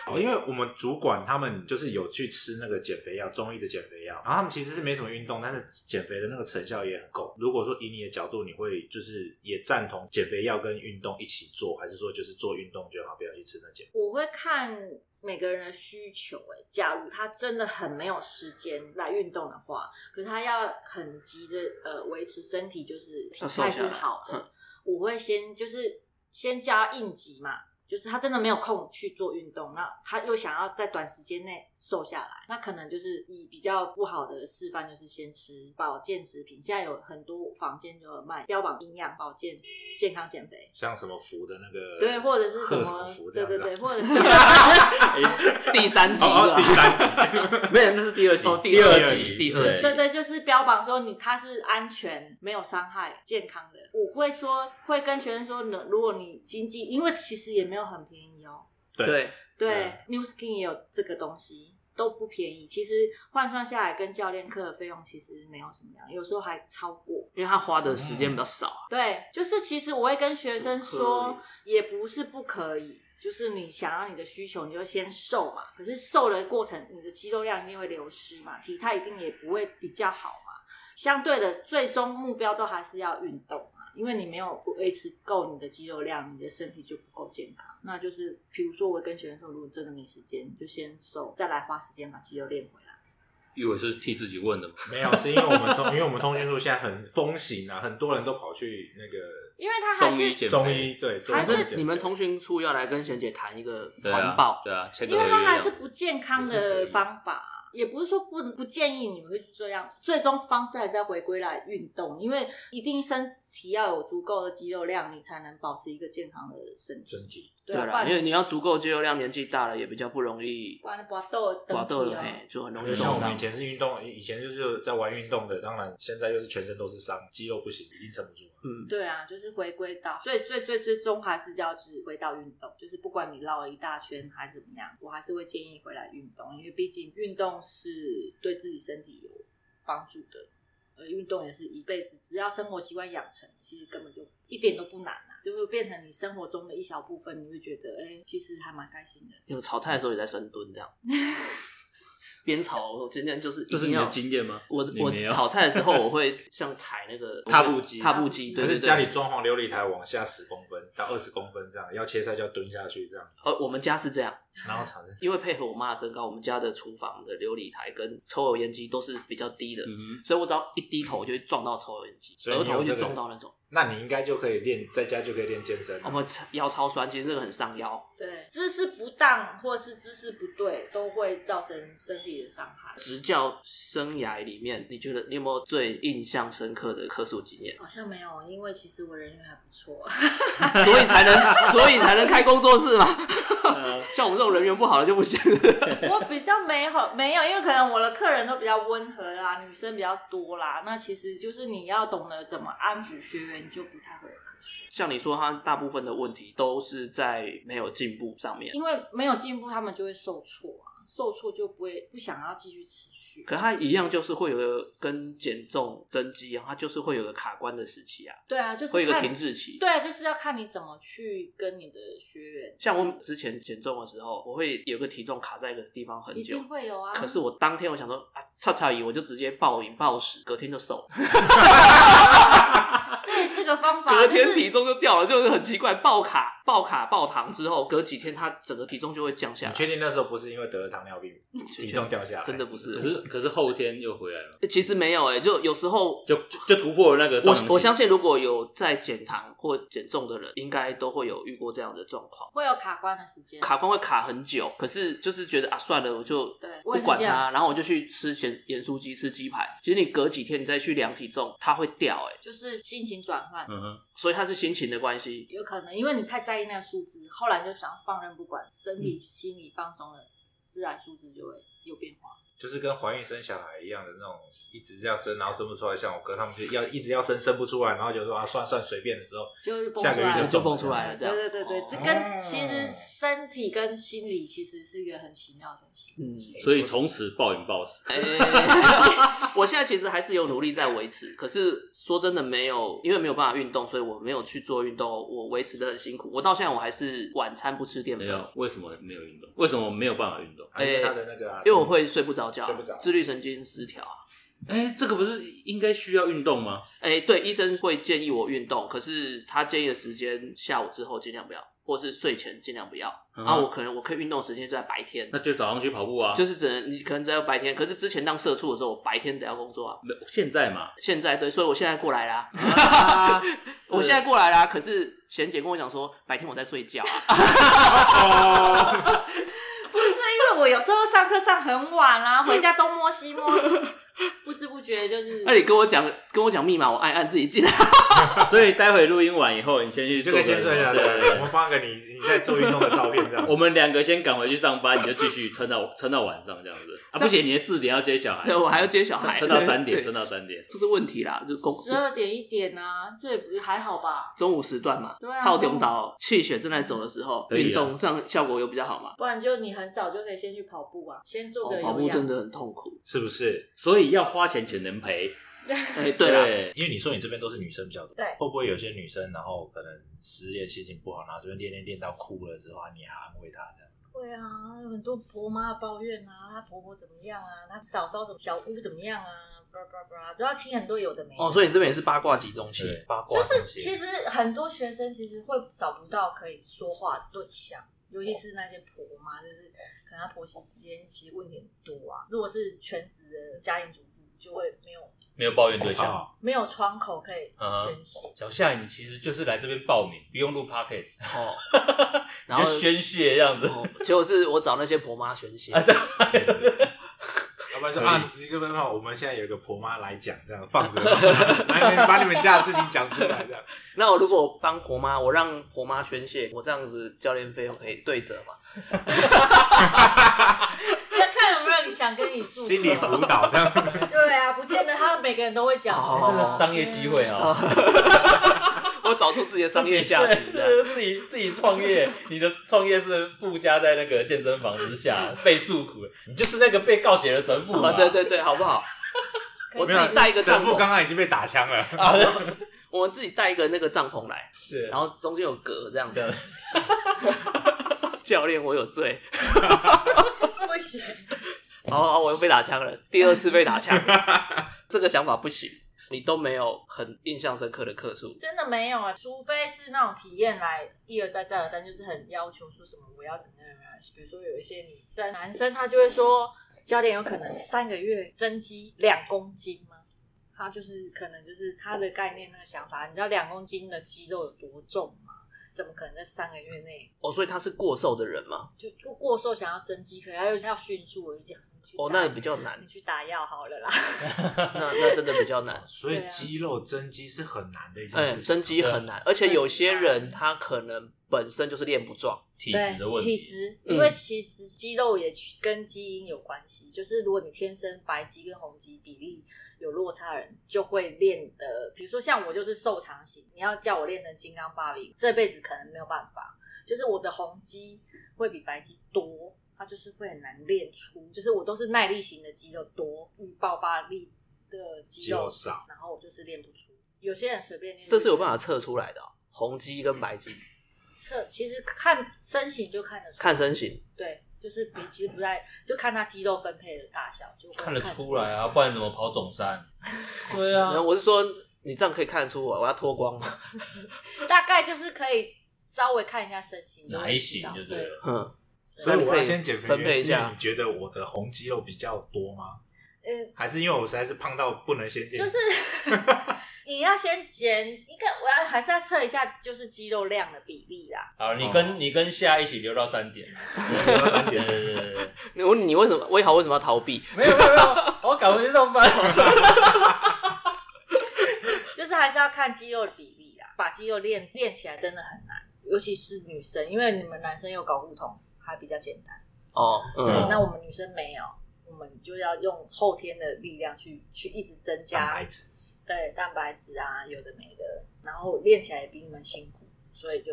Speaker 4: 哦， 因为我们主管他们就是有去吃那个减肥药，中医的减肥药，然后他们其实是没什么运动，但是减肥的那个成效也很够。如果说以你的角度，你会就是也赞同减肥药跟运动一起做，还是说就是做运动就好，不要去吃那减？
Speaker 5: 我会看每个人的需求、哎，假如他真的很没有时间来运动的话，可是他要很急着呃维持身体，就是体
Speaker 1: 要瘦
Speaker 5: 态
Speaker 1: 下
Speaker 5: 是
Speaker 1: 来
Speaker 5: 好的
Speaker 1: 嗯，
Speaker 5: 我会先就是先加应急嘛。就是他真的没有空去做运动，那他又想要在短时间内瘦下来，那可能就是以比较不好的示范，就是先吃保健食品。现在有很多房间就有卖标榜营养保健、健康减肥，
Speaker 4: 像什么福的那个，
Speaker 5: 对，或者是
Speaker 4: 贺
Speaker 5: 什么
Speaker 4: 福，这
Speaker 5: 对
Speaker 4: 样
Speaker 5: 对
Speaker 4: 子啊。
Speaker 5: 对，或者是
Speaker 1: 第三集
Speaker 4: 哦
Speaker 1: 了
Speaker 4: 哦，第，三集，
Speaker 3: 没有，那是第二集，
Speaker 1: 哦第
Speaker 3: 第
Speaker 1: 二
Speaker 4: 集
Speaker 3: 集，
Speaker 1: 第二
Speaker 3: 对
Speaker 1: 集
Speaker 5: 对对，就是标榜说你它是安全、没有伤害、健康的。我会说，会跟学生说，呢，如果你经济，因为其实也没有很便宜哦。
Speaker 1: 对，
Speaker 5: 对、n e w Skin 也有这个东西，都不便宜。其实换算下来，跟教练课的费用其实没有什么样，有时候还超过。
Speaker 1: 因为他花的时间比较少，
Speaker 5: 对，就是其实我会跟学生
Speaker 1: 不
Speaker 5: 说
Speaker 1: 可，
Speaker 5: 也不是不可以，就是你想要你的需求，你就先瘦嘛。可是瘦的过程，你的肌肉量一定会流失嘛，体态一定也不会比较好嘛。相对的，最终目标都还是要运动嘛，因为你没有维持够你的肌肉量，你的身体就不够健康。那就是，比如说我跟学生说，如果真的没时间，你就先瘦，再来花时间把肌肉练回来。
Speaker 3: 以为是替自己问的嘛。
Speaker 4: 没有，是因为我们通， 因为我们通讯录现在很风行啊，很多人都跑去那
Speaker 5: 因为它还
Speaker 3: 中医
Speaker 5: 是
Speaker 3: 减肥，
Speaker 4: 个中医，对，中医
Speaker 5: 还是
Speaker 4: 减肥
Speaker 1: 你们通讯处要来跟贤姐谈一个
Speaker 3: 对
Speaker 1: 环
Speaker 3: 啊
Speaker 1: 保，
Speaker 3: 对啊，切割
Speaker 5: 因为它
Speaker 3: 合约
Speaker 5: 还是
Speaker 3: 啊
Speaker 5: 不健康
Speaker 4: 也是可
Speaker 5: 的
Speaker 4: 以
Speaker 5: 方法，啊也不是说不不建议你们会去这样，最终方式还是要回归来运动，因为一定身体要有足够的肌肉量，你才能保持一个健康的身体。
Speaker 4: 身体
Speaker 5: 对啊，不
Speaker 1: 啦，
Speaker 5: 然
Speaker 1: 因为你要足够肌肉量，年纪大了也比较不容易
Speaker 5: 不然搏斗
Speaker 1: 刮
Speaker 5: 等
Speaker 1: 到
Speaker 5: 级
Speaker 1: 了，
Speaker 5: 哦。
Speaker 1: 嘿，就很容易
Speaker 4: 就像
Speaker 1: 受
Speaker 4: 我们
Speaker 1: 伤
Speaker 4: 以。前是运动，以前就是在玩运动的，当然现在又是全身都是伤，肌肉不行，一定撑不住。
Speaker 1: 嗯，
Speaker 5: 对啊，就是回归到最最最最终还是要是回到运动，就是不管你绕了一大圈还是怎么样，我还是会建议回来运动，因为毕竟运动是对自己身体有帮助的，而运动也是一辈子，只要生活习惯养成，其实根本就一点都不难啊，就会变成你生活中的一小部分，你会觉得哎、其实还蛮开心的。
Speaker 1: 有炒菜的时候也在深蹲这样，边炒。我今天就是
Speaker 3: 这是
Speaker 1: 一
Speaker 3: 你
Speaker 1: 定要
Speaker 3: 的经验吗？
Speaker 1: 我
Speaker 3: 你
Speaker 1: 我
Speaker 3: 没有
Speaker 1: 炒菜的时候，我会像踩那个
Speaker 3: 踏步机
Speaker 1: 踏步机，对
Speaker 4: 可
Speaker 1: 对
Speaker 4: 是
Speaker 1: 对。
Speaker 4: 家里装潢琉璃台往下十公分到二十公分这样，要切菜就要蹲下去这样，
Speaker 1: 呃，我们家是这样，
Speaker 4: 然后产生
Speaker 1: 因为配合我妈的身高，我们家的厨房的琉璃台跟抽油烟机都是比较低的，
Speaker 3: 嗯，
Speaker 1: 所以我只要一低头就会撞到抽油烟机，
Speaker 4: 所以
Speaker 1: 额
Speaker 4: 你有
Speaker 1: 头就
Speaker 4: 这个
Speaker 1: 撞到那种。
Speaker 4: 那你应该就可以练，在家就可以练健身
Speaker 1: 我
Speaker 4: 了。
Speaker 1: 们腰超酸，其实这个很伤腰。
Speaker 5: 对，姿势不当或是姿势不对，都会造成身体的伤害。
Speaker 1: 执教生涯里面，你觉得你有没有最印象深刻的客诉经 验？
Speaker 5: 好像没有，因为其实我人缘还不错。
Speaker 1: 所以才能，所以才能开工作室嘛。
Speaker 3: 啊
Speaker 1: 像我们这种人缘不好的就不 行。
Speaker 5: 我比较没有没有，因为可能我的客人都比较温和啦，女生比较多啦。那其实就是你要懂得怎么安抚学员，你就不太会有客诉，
Speaker 1: 像你说，他大部分的问题都是在没有进步上面，
Speaker 5: 因为没有进步，他们就会受挫啊，受挫就不会不想要继续持续。
Speaker 1: 可他一样就是会有个跟减重增肌一样，他就是会有个卡关的时期啊，
Speaker 5: 对啊，就是
Speaker 1: 会有个
Speaker 5: 看
Speaker 1: 停滞期。
Speaker 5: 对啊，就是要看你怎么去跟你的学员，
Speaker 1: 像我之前减重的时候，我会有个体重卡在一个地方很
Speaker 5: 一
Speaker 1: 久
Speaker 5: 定，会有啊。
Speaker 1: 可是我当天我想说啊，差差姨，我就直接暴饮暴食，隔天就瘦，
Speaker 5: 啊这也是个方法，
Speaker 1: 隔
Speaker 5: 就
Speaker 1: 天
Speaker 5: 是
Speaker 1: 体重就掉了，就是很奇怪，爆卡、爆卡、爆糖之后，隔几天他整个体重就会降下
Speaker 4: 你
Speaker 1: 来。
Speaker 4: 确定啊那时候不是因为得了糖尿 病，体重掉下来？
Speaker 1: 真的不是
Speaker 3: 可是可是后天又回来了，
Speaker 1: 欸其实没有哎、就有时候
Speaker 3: 就就就突破了那个
Speaker 1: 我
Speaker 3: 撞
Speaker 1: 我
Speaker 3: 击
Speaker 1: 相信，如果有在减糖或减重的人，应该都会有遇过这样的状况，
Speaker 5: 会有卡关的时间。
Speaker 1: 卡关会卡很久，可是就是觉得啊，算了，我就
Speaker 5: 对
Speaker 1: 不
Speaker 5: 我也是
Speaker 1: 管
Speaker 5: 这样
Speaker 1: 它，然后我就去吃咸盐酥鸡、吃鸡排。其实你隔几天你再去量体重，它会掉哎、
Speaker 5: 就是心情转换，
Speaker 3: 嗯哼，
Speaker 1: 所以它是心情的关系。
Speaker 5: 有可能因为你太在意那个数字，后来就想要放任不管，身体、心理放松了，自然数字就会有变化。
Speaker 4: 就是跟怀孕生小孩一样的那种，一直这样生，然后生不出来。像我哥他们就要一直要生，生不出来，然后就说啊，算算随便的时候，
Speaker 5: 就是蹦出
Speaker 4: 下
Speaker 5: 来
Speaker 4: 个月
Speaker 1: 就蹦出来了这
Speaker 5: 对
Speaker 1: 样
Speaker 5: 对对对
Speaker 1: 哦，
Speaker 5: 这跟其实身体跟心理其实是一个很奇妙的东西。
Speaker 1: 嗯，
Speaker 3: 所以从此暴饮暴食，
Speaker 1: 哎、 我现在其实还是有努力在维持，可是说真的没有，因为没有办法运动，所以我没有去做运动，我维持的很辛苦。我到现在我还是晚餐不吃淀
Speaker 3: 没
Speaker 1: 粉，
Speaker 3: 有为什么没有运动？为什么没有办法运动？
Speaker 4: 还有他的那个、啊，
Speaker 1: 哎因为我会睡不着觉，
Speaker 4: 睡不着
Speaker 1: 自律神经失调啊。
Speaker 3: 哎、这个不是应该需要运动吗？
Speaker 1: 哎、对，医生会建议我运动，可是他建议的时间下午之后尽量不要。或是睡前尽量不要。
Speaker 3: 嗯
Speaker 1: 然啊后我可能我可以运动时间就在白天，
Speaker 3: 那就早上去跑步啊。
Speaker 1: 就是只能你可能只有白天，可是之前当社畜的时候，我白天得要工作啊。
Speaker 3: 没有现在嘛，
Speaker 1: 现在对，所以我现在过来啦，
Speaker 3: 是
Speaker 1: 我现在过来啦。可是贤姐跟我讲说，白天我在睡觉、啊，哦
Speaker 5: 不是因为我有时候上课上很晚啦、回家东摸西 摸，不知不觉就是
Speaker 1: 那你跟我讲跟我讲密码，我按按自己进来。
Speaker 3: 所以待会录音完以后，你先去
Speaker 4: 你就
Speaker 3: 做
Speaker 4: 可
Speaker 3: 个
Speaker 4: 以先睡一下，
Speaker 3: 对对
Speaker 4: 对，我
Speaker 3: 对。
Speaker 4: 们放个你你在做运动的照片 这样。
Speaker 3: 我们两个先赶回去上班，你就继续撑到撑到晚上这样子啊！不行，你四点要接小孩，
Speaker 1: 对，我还要接小孩，
Speaker 3: 撑到三点，
Speaker 1: 对
Speaker 3: 撑到三点。
Speaker 1: 这是问题啦，就是公
Speaker 5: 十二点一点啊，这也不还好吧？
Speaker 1: 中午时段嘛，
Speaker 5: 对啊
Speaker 1: 套中岛气血正在走的时候，
Speaker 3: 可以啊
Speaker 1: 运动上效果又比较好嘛。
Speaker 5: 不然就你很早就可以先去跑步啊，先做个
Speaker 1: 哦
Speaker 5: 有
Speaker 1: 跑
Speaker 5: 氧。
Speaker 1: 步真的很痛苦。
Speaker 4: 是不是？
Speaker 3: 所以要花钱请人陪，
Speaker 1: 哎、对啦，
Speaker 4: 因为你说你这边都是女生比较多，
Speaker 5: 对
Speaker 4: 会不会有些女生然后可能失恋心情不好，然后这边练练练到哭了之后，你还安慰她这样？
Speaker 5: 对啊，有很多婆妈抱怨啊，她婆婆怎么样啊，她嫂嫂怎么小姑怎么样啊，叭叭叭，都要听很多有的没的。
Speaker 1: 哦，所以你这边也是八卦集中期，
Speaker 4: 对，八卦
Speaker 5: 就
Speaker 4: 这
Speaker 5: 是
Speaker 4: 些
Speaker 5: 其实很多学生其实会找不到可以说话的对象，尤其是那些婆妈，就是可能她婆媳之间其实问题很多啊。如果是全职的家庭主妇，就会没有
Speaker 6: 没有抱怨对象。
Speaker 4: 哦
Speaker 5: 没有窗口可以
Speaker 6: 嗯
Speaker 5: 宣泄。
Speaker 6: 小夏，你其实就是来这边报名，不用录 podcast，
Speaker 1: 哦，然
Speaker 6: 你
Speaker 1: 后
Speaker 6: 就宣泄这样子。
Speaker 1: 哦结果是我找那些婆妈宣 泄，
Speaker 4: 要不然说啊，你这边好，我们现在有一个婆妈来讲，这样放着，来你们把你们家的事情讲出来， 这样。
Speaker 1: 那我如果我帮婆妈，我让婆妈宣泄，我这样子教练费用可以对折嘛？
Speaker 5: 要看有没有人想跟你诉
Speaker 4: 心理
Speaker 5: 苦。
Speaker 4: 辅导这样，
Speaker 5: 对啊，不见得他每个人都会讲。
Speaker 1: 哦
Speaker 6: 真的是商业机会啊！
Speaker 1: 我找出自己的哦商业价 值
Speaker 6: 对，
Speaker 1: 这样。
Speaker 6: 这是自己自己创业，你的创业是附加在那个健身房之下被诉苦，你就是那个被告解的神父嘛。
Speaker 1: 啊，对对对，好不好？
Speaker 5: 嗯可以
Speaker 1: 我自
Speaker 4: 没
Speaker 1: 己
Speaker 4: 有啊
Speaker 1: 带一个
Speaker 4: 神
Speaker 1: 帐
Speaker 4: 父刚
Speaker 1: 篷，
Speaker 4: 刚已经被打枪了，
Speaker 1: 我们自己带一个那个帐篷来，
Speaker 6: 啊是，
Speaker 1: 然后中间有隔这样
Speaker 6: 这
Speaker 1: 子。
Speaker 6: 样
Speaker 1: 教练，我有罪。
Speaker 5: 不行，
Speaker 1: 好好，哦我又被打枪了，第二次被打 枪，这个想法不行。你都没有很印象深刻的课数，
Speaker 5: 真的没有啊，除非是那种体验来一而再再而三，就是很要求说什么我要怎么样啊。比如说有一些女生男生他就会说，教练有可能三个月增肌两公斤吗？他就是可能就是他的概念那个想法，你知道两公斤的肌肉有多重吗？怎么可能在三个月内
Speaker 1: 哦，所以他是过瘦的人嘛？
Speaker 5: 就就过瘦想要增肌，可是他又要迅速，我就讲你去
Speaker 1: 哦，
Speaker 5: 打
Speaker 1: 那比较难
Speaker 5: 你，去打药好了啦。
Speaker 1: 那那真的比较难。
Speaker 4: 所
Speaker 5: 对
Speaker 4: 以
Speaker 5: 啊
Speaker 4: 肌肉增肌 是很难的一件事
Speaker 1: 哎，
Speaker 4: 情。啊
Speaker 1: 增肌很难，而且有些人他可能本身就是练不壮，
Speaker 6: 体
Speaker 5: 对
Speaker 6: 质的问
Speaker 5: 体
Speaker 6: 题，
Speaker 5: 质，
Speaker 1: 嗯
Speaker 5: 因为其实肌肉也跟基因有关系，就是如果你天生白肌跟红肌比例有落差的人，就会练的，比如说像我就是瘦长型，你要叫我练成金刚芭比，这辈子可能没有办法，就是我的红肌会比白肌多。它就是会很难练出，就是我都是耐力型的肌肉多，与爆发力的肌
Speaker 4: 肌
Speaker 5: 肉
Speaker 4: 肉少，
Speaker 5: 然后我就是练不出。有些人随便练，
Speaker 1: 这是有办法测出来的哦、红肌跟白肌，
Speaker 5: 测，其实看身形就看得出来，
Speaker 1: 看身形。
Speaker 5: 对，就是比其实不太，就看他肌肉分配的大小，就会
Speaker 6: 看得出来。啊，不然怎么跑总山？ 对
Speaker 1: 然
Speaker 6: 啊
Speaker 1: 后，我是说，你这样可以看得出我我要脱光吗？
Speaker 5: 大概就是可以稍微看一下身形，
Speaker 6: 哪一型就对
Speaker 5: 对。
Speaker 6: 了。
Speaker 1: 哼，
Speaker 4: 所
Speaker 1: 那
Speaker 4: 以
Speaker 1: 你
Speaker 4: 我
Speaker 1: 可
Speaker 4: 要
Speaker 1: 以
Speaker 4: 先减肥。
Speaker 1: 分配一下
Speaker 4: 你觉得我的红肌肉比较多吗？
Speaker 5: 呃，
Speaker 4: 还是因为我实在是胖到不能先减？
Speaker 5: 就是 你要先减，应该我要还是要测一下，就是肌肉量的比例啦。
Speaker 6: 好，你跟你跟夏一起留到三 点，对对对对对，
Speaker 1: 你问你为什么威豪为什么要逃避？
Speaker 6: 没有没有没有，我赶回去上班。
Speaker 5: 就是还是要看肌肉的比例啦，把肌肉练练起来真的很难，尤其是女生，因为你们男生有睾固酮，还比较简单。
Speaker 1: 哦，
Speaker 5: 对，
Speaker 1: 嗯，
Speaker 5: 那我们女生没有，我们就要用后天的力量去去一直增加
Speaker 4: 蛋白质
Speaker 5: 对蛋白质啊，有的没的，然后练起来也比你们辛苦，所以就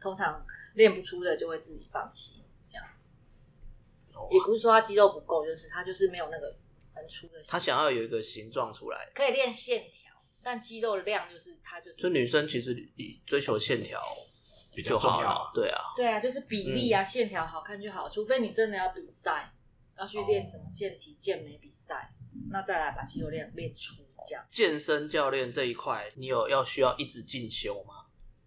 Speaker 5: 通常练不出的就会自己放弃，这样子。也不是说他肌肉不够，就是他就是没有那个很粗的线，
Speaker 1: 他想要有一个形状出来。
Speaker 5: 可以练线条，但肌肉量就是他就是
Speaker 1: 所以女生其实以追求线条
Speaker 4: 比
Speaker 1: 就
Speaker 4: 较重
Speaker 1: 好
Speaker 4: 要
Speaker 1: 了
Speaker 4: 啊，。
Speaker 1: 对啊，
Speaker 5: 对啊，就是比例啊，线条好看就好，除非你真的要比赛，要去练什么健体、健美比赛，那再来把肌肉练练出这样。
Speaker 1: 健身教练这一块，你有要需要一直进修吗？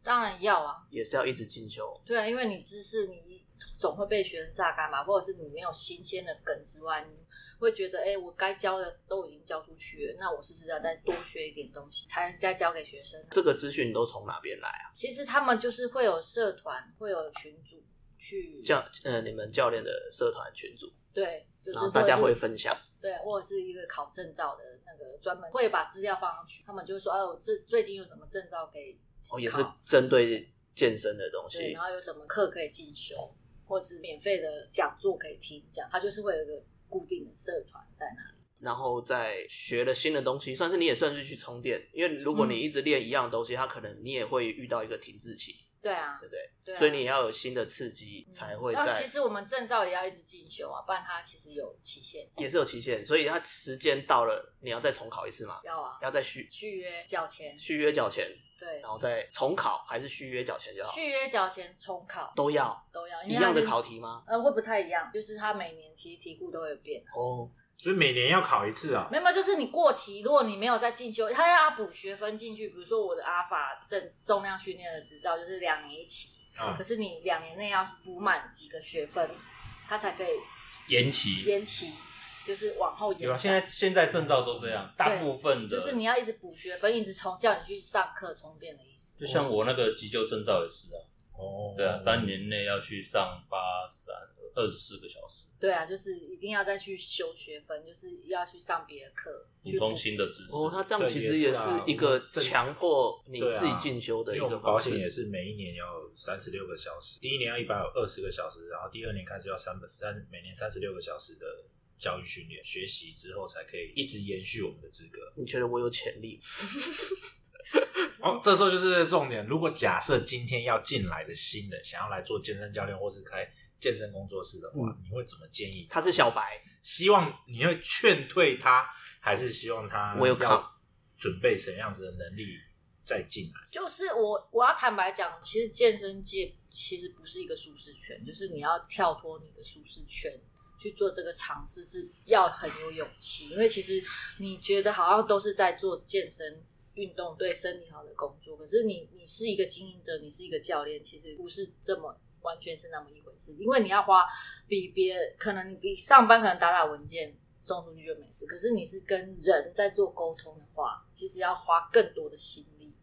Speaker 5: 当然要啊，
Speaker 1: 也是要一直进修。
Speaker 5: 对啊，因为你知识你总会被学生榨干嘛，或者是你没有新鲜的梗之外，你会觉得哎、诶我该教的都已经教出去了，那我是不是要再多学一点东西，才能再教给学生、啊？
Speaker 1: 这个资讯都从哪边来啊？
Speaker 5: 其实他们就是会有社团，会有群组去
Speaker 1: 教呃，你们教练的社团群组，
Speaker 5: 对，就是
Speaker 1: 然后大家
Speaker 5: 或者
Speaker 1: 会
Speaker 5: 是
Speaker 1: 分享。
Speaker 5: 对，或者是一个考证照的那个专门会把资料放上去，他们就会说，哦，我这最近有什么证照可以
Speaker 1: 哦，
Speaker 5: 考
Speaker 1: 也是针对健身的东
Speaker 5: 对，
Speaker 1: 西
Speaker 5: 然。后有什么课可以进修，或是免费的讲座可以听，这样它就是会有一个固定的社团在那里。
Speaker 1: 然后再学了新的东西，算是你也算是去充电，因为如果
Speaker 5: 嗯
Speaker 1: 你一直练一样的东西，它可能你也会遇到一个停滞期，
Speaker 5: 对啊
Speaker 1: 对，不对？
Speaker 5: 对啊嗯
Speaker 1: 所以你也要有新的刺激，才会
Speaker 5: 那
Speaker 1: 在
Speaker 5: 其实我们证照也要一直进修啊，不然它其实有期限。
Speaker 1: 也是有期限，所以它时间到了，你要再重考一次嘛，
Speaker 5: 要啊，
Speaker 1: 要再续
Speaker 5: 续约缴钱，
Speaker 1: 续约缴钱，
Speaker 5: 对
Speaker 1: 然，后再重考还是续约缴钱就好，
Speaker 5: 续约缴钱重考
Speaker 1: 都要
Speaker 5: 都要，因
Speaker 1: 一
Speaker 5: 为它
Speaker 1: 样的
Speaker 5: 是
Speaker 1: 考，题吗？
Speaker 5: 呃，会不太一样，就是它每年其实题库都会有变。
Speaker 1: 哦，
Speaker 4: 所以每年要考一次啊、
Speaker 5: 没有，没有就是你过期，如果你没有再进修，他要补学分进去。比如说我的阿尔法正重量训练的执照就是两年一期，
Speaker 4: 嗯
Speaker 5: 可是你两年内要补满几个学分，它才可以
Speaker 6: 延期。
Speaker 5: 延期，就是往后延
Speaker 6: 有
Speaker 5: 展。
Speaker 6: 啊，现在现在证照都这样，大部分的
Speaker 5: 就是你要一直补学分，一直充，叫你去上课充电的意思。
Speaker 6: 就像我那个急救证照也是啊，
Speaker 4: 哦，
Speaker 6: 对啊，三年内要去上八三二十四个小时，
Speaker 5: 对啊，就是一定要再去修学分，就是要去上别的课，
Speaker 6: 补
Speaker 5: 去
Speaker 6: 充新的知识。
Speaker 1: 哦，它这样
Speaker 4: 对
Speaker 1: 其实也
Speaker 4: 也是
Speaker 1: 是
Speaker 4: 啊
Speaker 1: 一个
Speaker 4: 我们
Speaker 1: 强迫你
Speaker 4: 对啊
Speaker 1: 自己进修的一
Speaker 4: 因为我
Speaker 1: 个
Speaker 4: 们保
Speaker 1: 方
Speaker 4: 险也
Speaker 1: 式。
Speaker 4: 是每一年要三十六个小时，第一年要一百二十个小时，然后第二年开始要三三每年三十六个小时的教育训练，学习之后才可以一直延续我们的资格。
Speaker 1: 你觉得我有潜力？
Speaker 4: 哦，这时候就是重点。如果假设今天要进来的新人想要来做健身教练或是开健身工作室的话，你会怎么建议？
Speaker 1: 他是小白，
Speaker 4: 希望你会劝退他，还是希望他
Speaker 1: Welcome
Speaker 4: 要准备什么样子的能力再进来？
Speaker 5: 就是我我要坦白讲，其实健身界其实不是一个舒适圈，就是你要跳脱你的舒适圈去做这个尝试是要很有勇气，因为其实你觉得好像都是在做健身。运动对身体好的工作，可是你你是一个经营者，你是一个教练，其实不是这么完全是那么一回事，因为你要花比别可能你比上班可能打打文件送出去就没事，可是你是跟人在做沟通的话，其实要花更多的心力，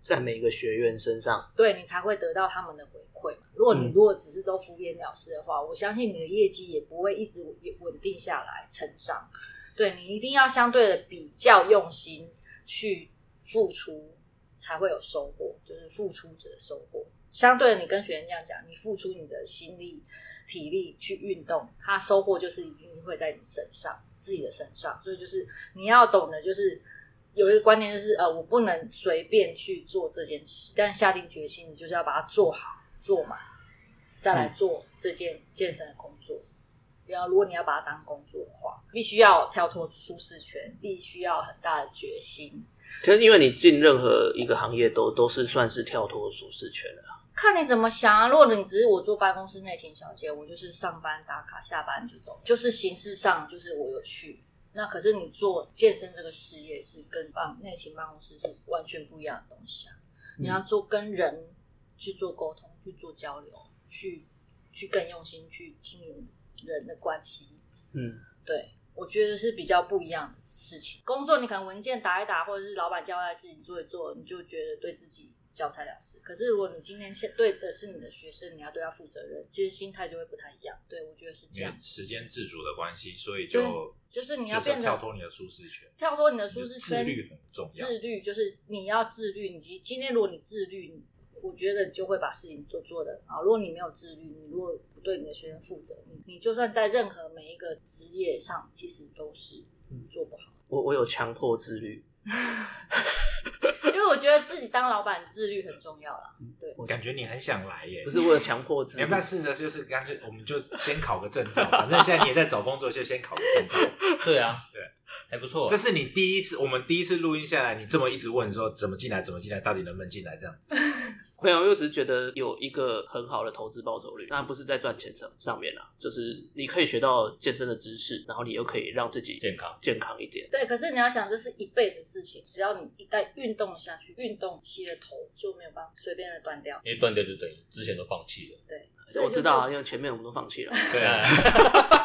Speaker 1: 在每一个学员身上，
Speaker 5: 对你才会得到他们的回馈嘛。如果你
Speaker 1: 嗯
Speaker 5: 如果只是都敷衍了事的话，我相信你的业绩也不会一直稳定下来成长。对你一定要相对的比较用心去付出，才会有收获，就是付出者收获。相对的，你跟学员这样讲，你付出你的心力、体力去运动，它收获就是一定会在你身上，自己的身上。所以就是你要懂得，就是有一个观念，就是呃，我不能随便去做这件事，但下定决心，你就是要把它做好、做满，再来做这件健身的工作。然后，如果你要把它当工作的话，必须要跳脱舒适圈，必须要很大的决心，
Speaker 1: 可是因为你进任何一个行业都都是算是跳脱舒适圈了。
Speaker 5: 看你怎么想啊。如果你只是我做办公室内勤小姐，我就是上班打卡，下班就走，就是形式上就是我有去。那可是你做健身这个事业是跟办内勤办公室是完全不一样的东西啊。你要做跟人去做沟通，去做交流，去去更用心去经营人的关系，
Speaker 1: 嗯，
Speaker 5: 对，我觉得是比较不一样的事情。工作你可能文件打一打，或者是老板交代的事情做一做，你就觉得对自己交差了事。可是如果你今天先对的是你的学生，你要对他负责任，其实心态就会不太一样。对，我觉得是
Speaker 4: 因
Speaker 5: 这
Speaker 4: 为
Speaker 5: 样。
Speaker 4: 时间自主的关系，所以
Speaker 5: 对
Speaker 4: 就
Speaker 5: 就是你要
Speaker 4: 是
Speaker 5: 变得
Speaker 4: 跳脱你的舒适圈，
Speaker 5: 跳脱你的舒适
Speaker 4: 自
Speaker 5: 圈，
Speaker 4: 律很重要。
Speaker 5: 自律就是你要自律，你今今天如果你自律，你我觉得你就会把事情做做的好。如果你没有自律，你如果不对你的学生负责，你你就算在任何每一个职业上，其实都是做不好。
Speaker 1: 我我有强迫自律，
Speaker 5: 因为我觉得自己当老板自律很重要啦。对，
Speaker 4: 感觉你很想来耶，
Speaker 1: 不是我有强迫自律
Speaker 4: 你 要不，要试着就是干脆我们就先考个证照， 反正现在你也在找工作，就先考个证照。
Speaker 6: 对啊，
Speaker 4: 对，
Speaker 6: 还不错啊
Speaker 4: 这。是你第一次，我们第一次录音下来，你这么一直问说怎么进来，怎么进来，到底能不能进来这样子？
Speaker 1: 没啊有，因为我只是觉得有一个很好的投资报酬率，那不是在赚钱上上面啦，就是你可以学到健身的知识，然后你又可以让自己
Speaker 6: 健康
Speaker 1: 健康一点。
Speaker 5: 对，可是你要想，这是一辈子事情。只要你一旦运动下去，运动期的头就没有办法随便的断掉。
Speaker 6: 因为断掉就等于之前都放弃了。
Speaker 5: 对，所以
Speaker 1: 我
Speaker 5: 就是
Speaker 1: 知道啊，因为前面我们都放弃 了。
Speaker 4: 对啊，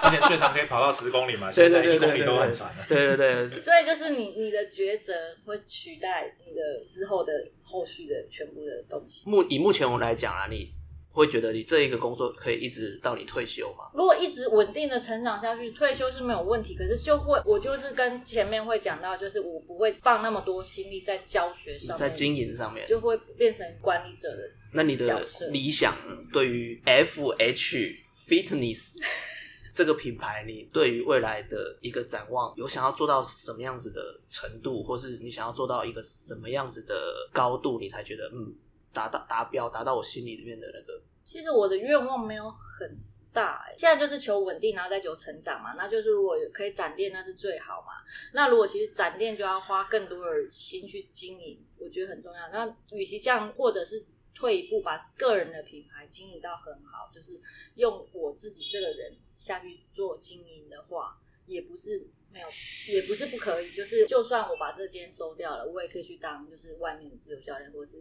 Speaker 4: 之前最长可以跑到十公里嘛，
Speaker 1: 对
Speaker 4: 现
Speaker 1: 对
Speaker 4: 在
Speaker 1: 对
Speaker 4: 一
Speaker 1: 对
Speaker 4: 公里
Speaker 1: 对，
Speaker 4: 都很长了。
Speaker 1: 对对对，对
Speaker 5: 所以就是你你的抉择会取代你的之后的后续的全部的东西。
Speaker 1: 目以目前我来讲啊，你会觉得你这一个工作可以一直到你退休吗？
Speaker 5: 如果一直稳定的成长下去，退休是没有问题。可是就会，我就是跟前面会讲到，就是我不会放那么多心力在教学上
Speaker 1: 在
Speaker 5: 面，
Speaker 1: 经营上面，
Speaker 5: 就会变成管理者的。
Speaker 1: 那你
Speaker 5: 角
Speaker 1: 的
Speaker 5: 色
Speaker 1: 理想对于 FH Fitness 这个品牌，你对于未来的一个展望，有想要做到什么样子的程度，或是你想要做到一个什么样子的高度，你才觉得嗯达到达标，达到我心里面的那个
Speaker 5: 其实我的愿望没有很大、欸，现在就是求稳定，然后再求成长嘛。那就是如果有可以展店，那是最好嘛。那如果其实展店就要花更多的心去经营，我觉得很重要。那与其这样，或者是退一步，把个人的品牌经营到很好，就是用我自己这个人下去做经营的话，也不是。没有，也不是不可以，就是就算我把这间收掉了，我也可以去当就是外面的自由教练，或是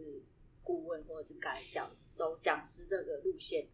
Speaker 5: 顾问或者是改讲走讲师这个路线，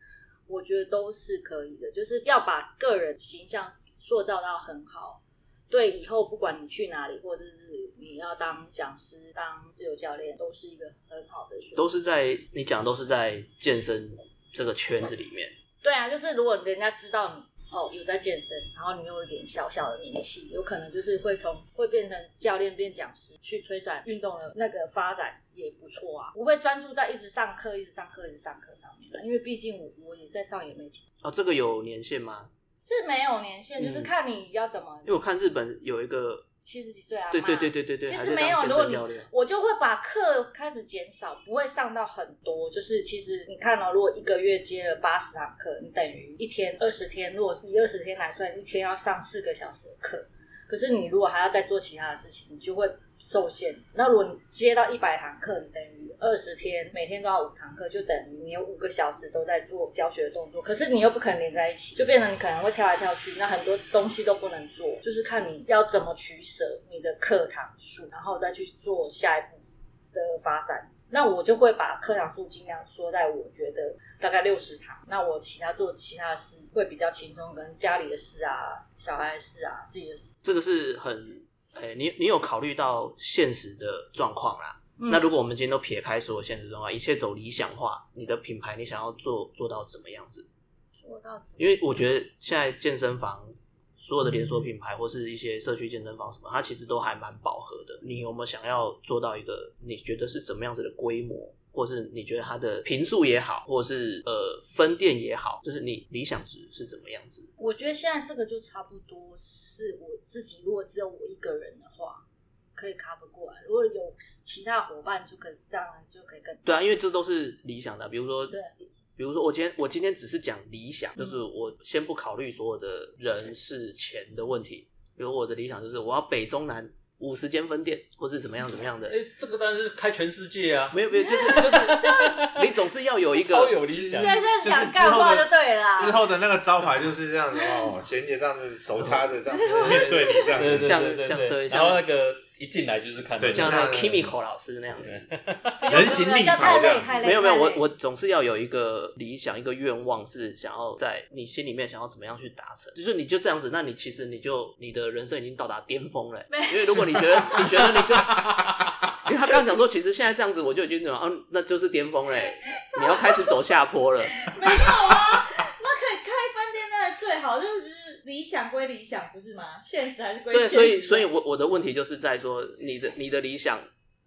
Speaker 5: 我觉得都是可以的，就是要把个人形象塑造到很好。对以后不管你去哪里，或者是你要当讲师、当自由教练，都是一个很好的选择。
Speaker 1: 都是在你讲都是在健身这个圈子里面。
Speaker 5: 对啊，就是如果人家知道你哦有在健身，然后你又有一点小小的名气，有可能就是会从会变成教练变讲师，去推展运动的那个发展也不错啊。不会专注在一直上课、一直上课、一直上课上面的，因为毕竟我我也在上也没钱，
Speaker 1: 啊，这个有年限吗？
Speaker 5: 是没有年
Speaker 1: 嗯
Speaker 5: 限，就是看你要怎么
Speaker 1: 因。为我看日本有一个，
Speaker 5: 七十几岁啊，
Speaker 1: 对对
Speaker 5: 妈
Speaker 1: 对对对对，
Speaker 5: 其
Speaker 1: 还
Speaker 5: 实
Speaker 1: 是
Speaker 5: 没有，
Speaker 1: 当
Speaker 5: 如
Speaker 1: 健
Speaker 5: 果
Speaker 1: 身
Speaker 5: 你
Speaker 1: 教练。
Speaker 5: 我就会把课开始减少，不会上到很多。就是其实你看哦，如果一个月接了八十堂课，你等于一天二十天，如果以二十天来算，一天要上四个小时的课。可是你如果还要再做其他的事情，你就会受限。那如果你接到一百堂课，你等于二十天，每天都要五堂课，就等于你有五个小时都在做教学的动作。可是你又不可能连在一起，就变成你可能会跳来跳去，那很多东西都不能做，就是看你要怎么取舍你的课堂数，然后再去做下一步的发展。那我就会把课堂数尽量缩在我觉得大概六十堂。那我其他做其他的事会比较轻松，跟家里的事啊、小孩的事啊、自己的事。
Speaker 1: 这个是很，诶、你你有考虑到现实的状况啦。
Speaker 5: 嗯
Speaker 1: 那如果我们今天都撇开所有现实状况，一切走理想化，你的品牌你想要做做到怎么样子？
Speaker 5: 说到这，
Speaker 1: 因为我觉得现在健身房所有的连锁品牌或是一些社区健身房什么，它其实都还蛮饱和的。嗯你有没有想要做到一个你觉得是怎么样子的规模，或是你觉得它的频数也好，或是呃分店也好，就是你理想值是怎么样子？
Speaker 5: 我觉得现在这个就差不多是我自己，如果只有我一个人的话，可以 cover 过来；如果有其他伙伴，就可以当然就可以跟
Speaker 1: 对啊，因为这都是理想的，比如说，
Speaker 5: 对
Speaker 1: 比如说我今天我今天只是讲理想，
Speaker 5: 嗯
Speaker 1: 就是我先不考虑所有的人事钱的问题，比如我的理想就是我要北中南五十间分店，或是怎么样怎么样的
Speaker 6: 哎、，这个当然是开全世界啊，
Speaker 1: 没有没有，就是就是，你总是要有一
Speaker 6: 超
Speaker 1: 个。
Speaker 6: 有理想
Speaker 5: 现。在就是
Speaker 4: 就是
Speaker 5: 讲
Speaker 4: 之
Speaker 5: 干
Speaker 4: 后
Speaker 5: 话
Speaker 4: 的
Speaker 5: 就对了啦。
Speaker 4: 之后的那个招牌就是这样子哦，贤姐这样子手插着这样子面对你这样
Speaker 6: 对
Speaker 4: 子，
Speaker 6: 对
Speaker 1: 像
Speaker 6: 对对
Speaker 1: 像对像
Speaker 6: 然后那个一进来就是看
Speaker 4: 对
Speaker 1: 像
Speaker 6: 那
Speaker 1: 那
Speaker 6: 个
Speaker 1: 个 Kimiko 老师那样子，
Speaker 4: 人形立牌这样
Speaker 5: 太累，太累。
Speaker 1: 没有没有，我
Speaker 5: 太累
Speaker 1: 我总是要有一个理想，一个愿望是想要在你心里面想要怎么样去达成，就是你就这样子，那你其实你就你的人生已经到达巅峰了、欸因为如果你觉得你觉得 你就，因为他刚讲说，其实现在这样子我就已经怎么，嗯、那就是巅峰嘞、 你要开始走下坡了。
Speaker 5: 没有啊，那可以开饭店那最好，就是就是理想归理想，不是吗？现实还是归
Speaker 1: 对，
Speaker 5: 现实
Speaker 1: 所以所以我我的问题就是在说，你的你的理想，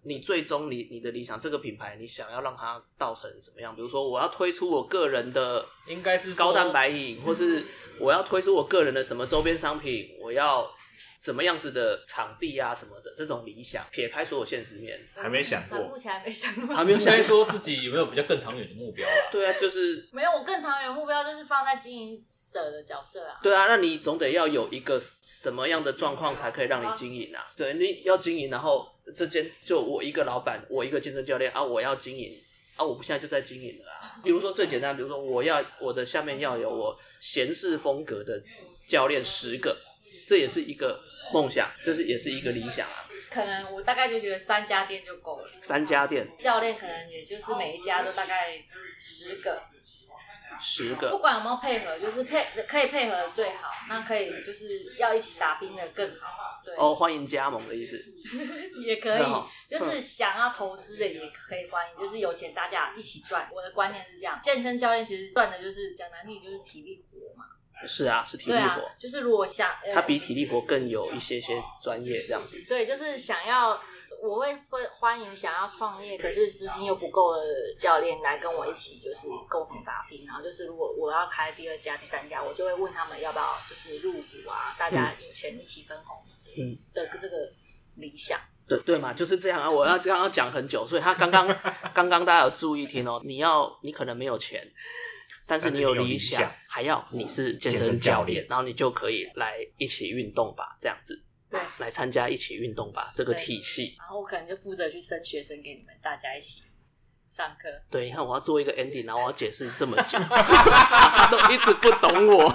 Speaker 1: 你最终你你的理想这个品牌，你想要让它到成什么样？比如说，我要推出我个人的
Speaker 6: 应该是说
Speaker 1: 高蛋白饮，或是我要推出我个人的什么周边商品，我要怎么样子的场地啊什么的这种理想，撇开所有现实 面，
Speaker 4: 还没想过
Speaker 5: 我目前还没想过。
Speaker 1: 还没有
Speaker 6: 应
Speaker 1: 想
Speaker 6: 该说自己有没有比较更长远的目标啦？
Speaker 1: 对啊，就是
Speaker 5: 没有，我更长远目标就是放在经营者的角色啊。
Speaker 1: 对啊，那你总得要有一个什么样的状况才可以让你经营啊？对，你要经营，然后这间就我一个老板，我一个健身教练啊，我要经营。啊，我不现在就在经营了啊。比如说最简单，比如说我要我的下面要有我闲适风格的教练十个，这也是一个梦想，这是也是一个理想啊。
Speaker 5: 可能我大概就觉得三家店就够了，
Speaker 1: 三家店
Speaker 5: 教练可能也就是每一家都大概十个，
Speaker 1: 哦十
Speaker 5: 不
Speaker 1: 个，
Speaker 5: 管有没有配合，就是配可以配合的最好，那可以就是要一起打拼的更好，对，
Speaker 1: 哦，欢迎加盟的意思。
Speaker 5: 也可以
Speaker 1: 很好，
Speaker 5: 就是想要投资的也可以欢迎，就是有钱大家一起赚。我的观念是这样，健身教练其实赚的就是讲难听就是体力活嘛，
Speaker 1: 是啊，是体
Speaker 5: 对
Speaker 1: 力
Speaker 5: 啊
Speaker 1: 活，，
Speaker 5: 就是如果想，呃
Speaker 1: 它比体力活更有一些些专业这样子。
Speaker 5: 对，就是想要，我会欢欢迎想要创业，可是资金又不够的教练来跟我一起，就是共同打拼。然后就是，如果我要开第二家、第三家，我就会问他们要不要就是入股啊，大家有钱一起分红
Speaker 1: 嗯
Speaker 5: 的这个理想。
Speaker 1: 对对嘛，就是这样啊！我要这样要讲很久，所以他刚 刚刚刚大家有注意听哦。你要你可能没有钱，但是你有理
Speaker 4: 但是你有理想
Speaker 1: 还要你是健
Speaker 4: 健
Speaker 1: 身
Speaker 4: 身教
Speaker 1: 教
Speaker 4: 练
Speaker 1: 练，然后你就可以来一起运动吧，这样子
Speaker 5: 对，
Speaker 1: 来参加一起运动吧这个
Speaker 5: 对
Speaker 1: 体系。
Speaker 5: 然后我可能就负责去升学生给你们大家一起上课。
Speaker 1: 对，你看我要做一个 ending，然后我要解释这么久，他都一直不懂我。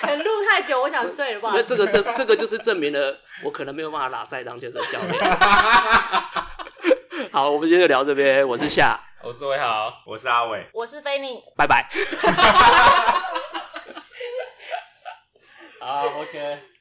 Speaker 5: 可能录太久，我想睡了吧
Speaker 1: 那这个证这个就是证明了我可能没有办法拉塞当健身教 练。好，我们今天就聊这边，我是夏，
Speaker 6: 我是魏豪，
Speaker 4: 我是阿伟，
Speaker 5: 我是菲尼，
Speaker 1: 拜拜。
Speaker 6: 好，OK。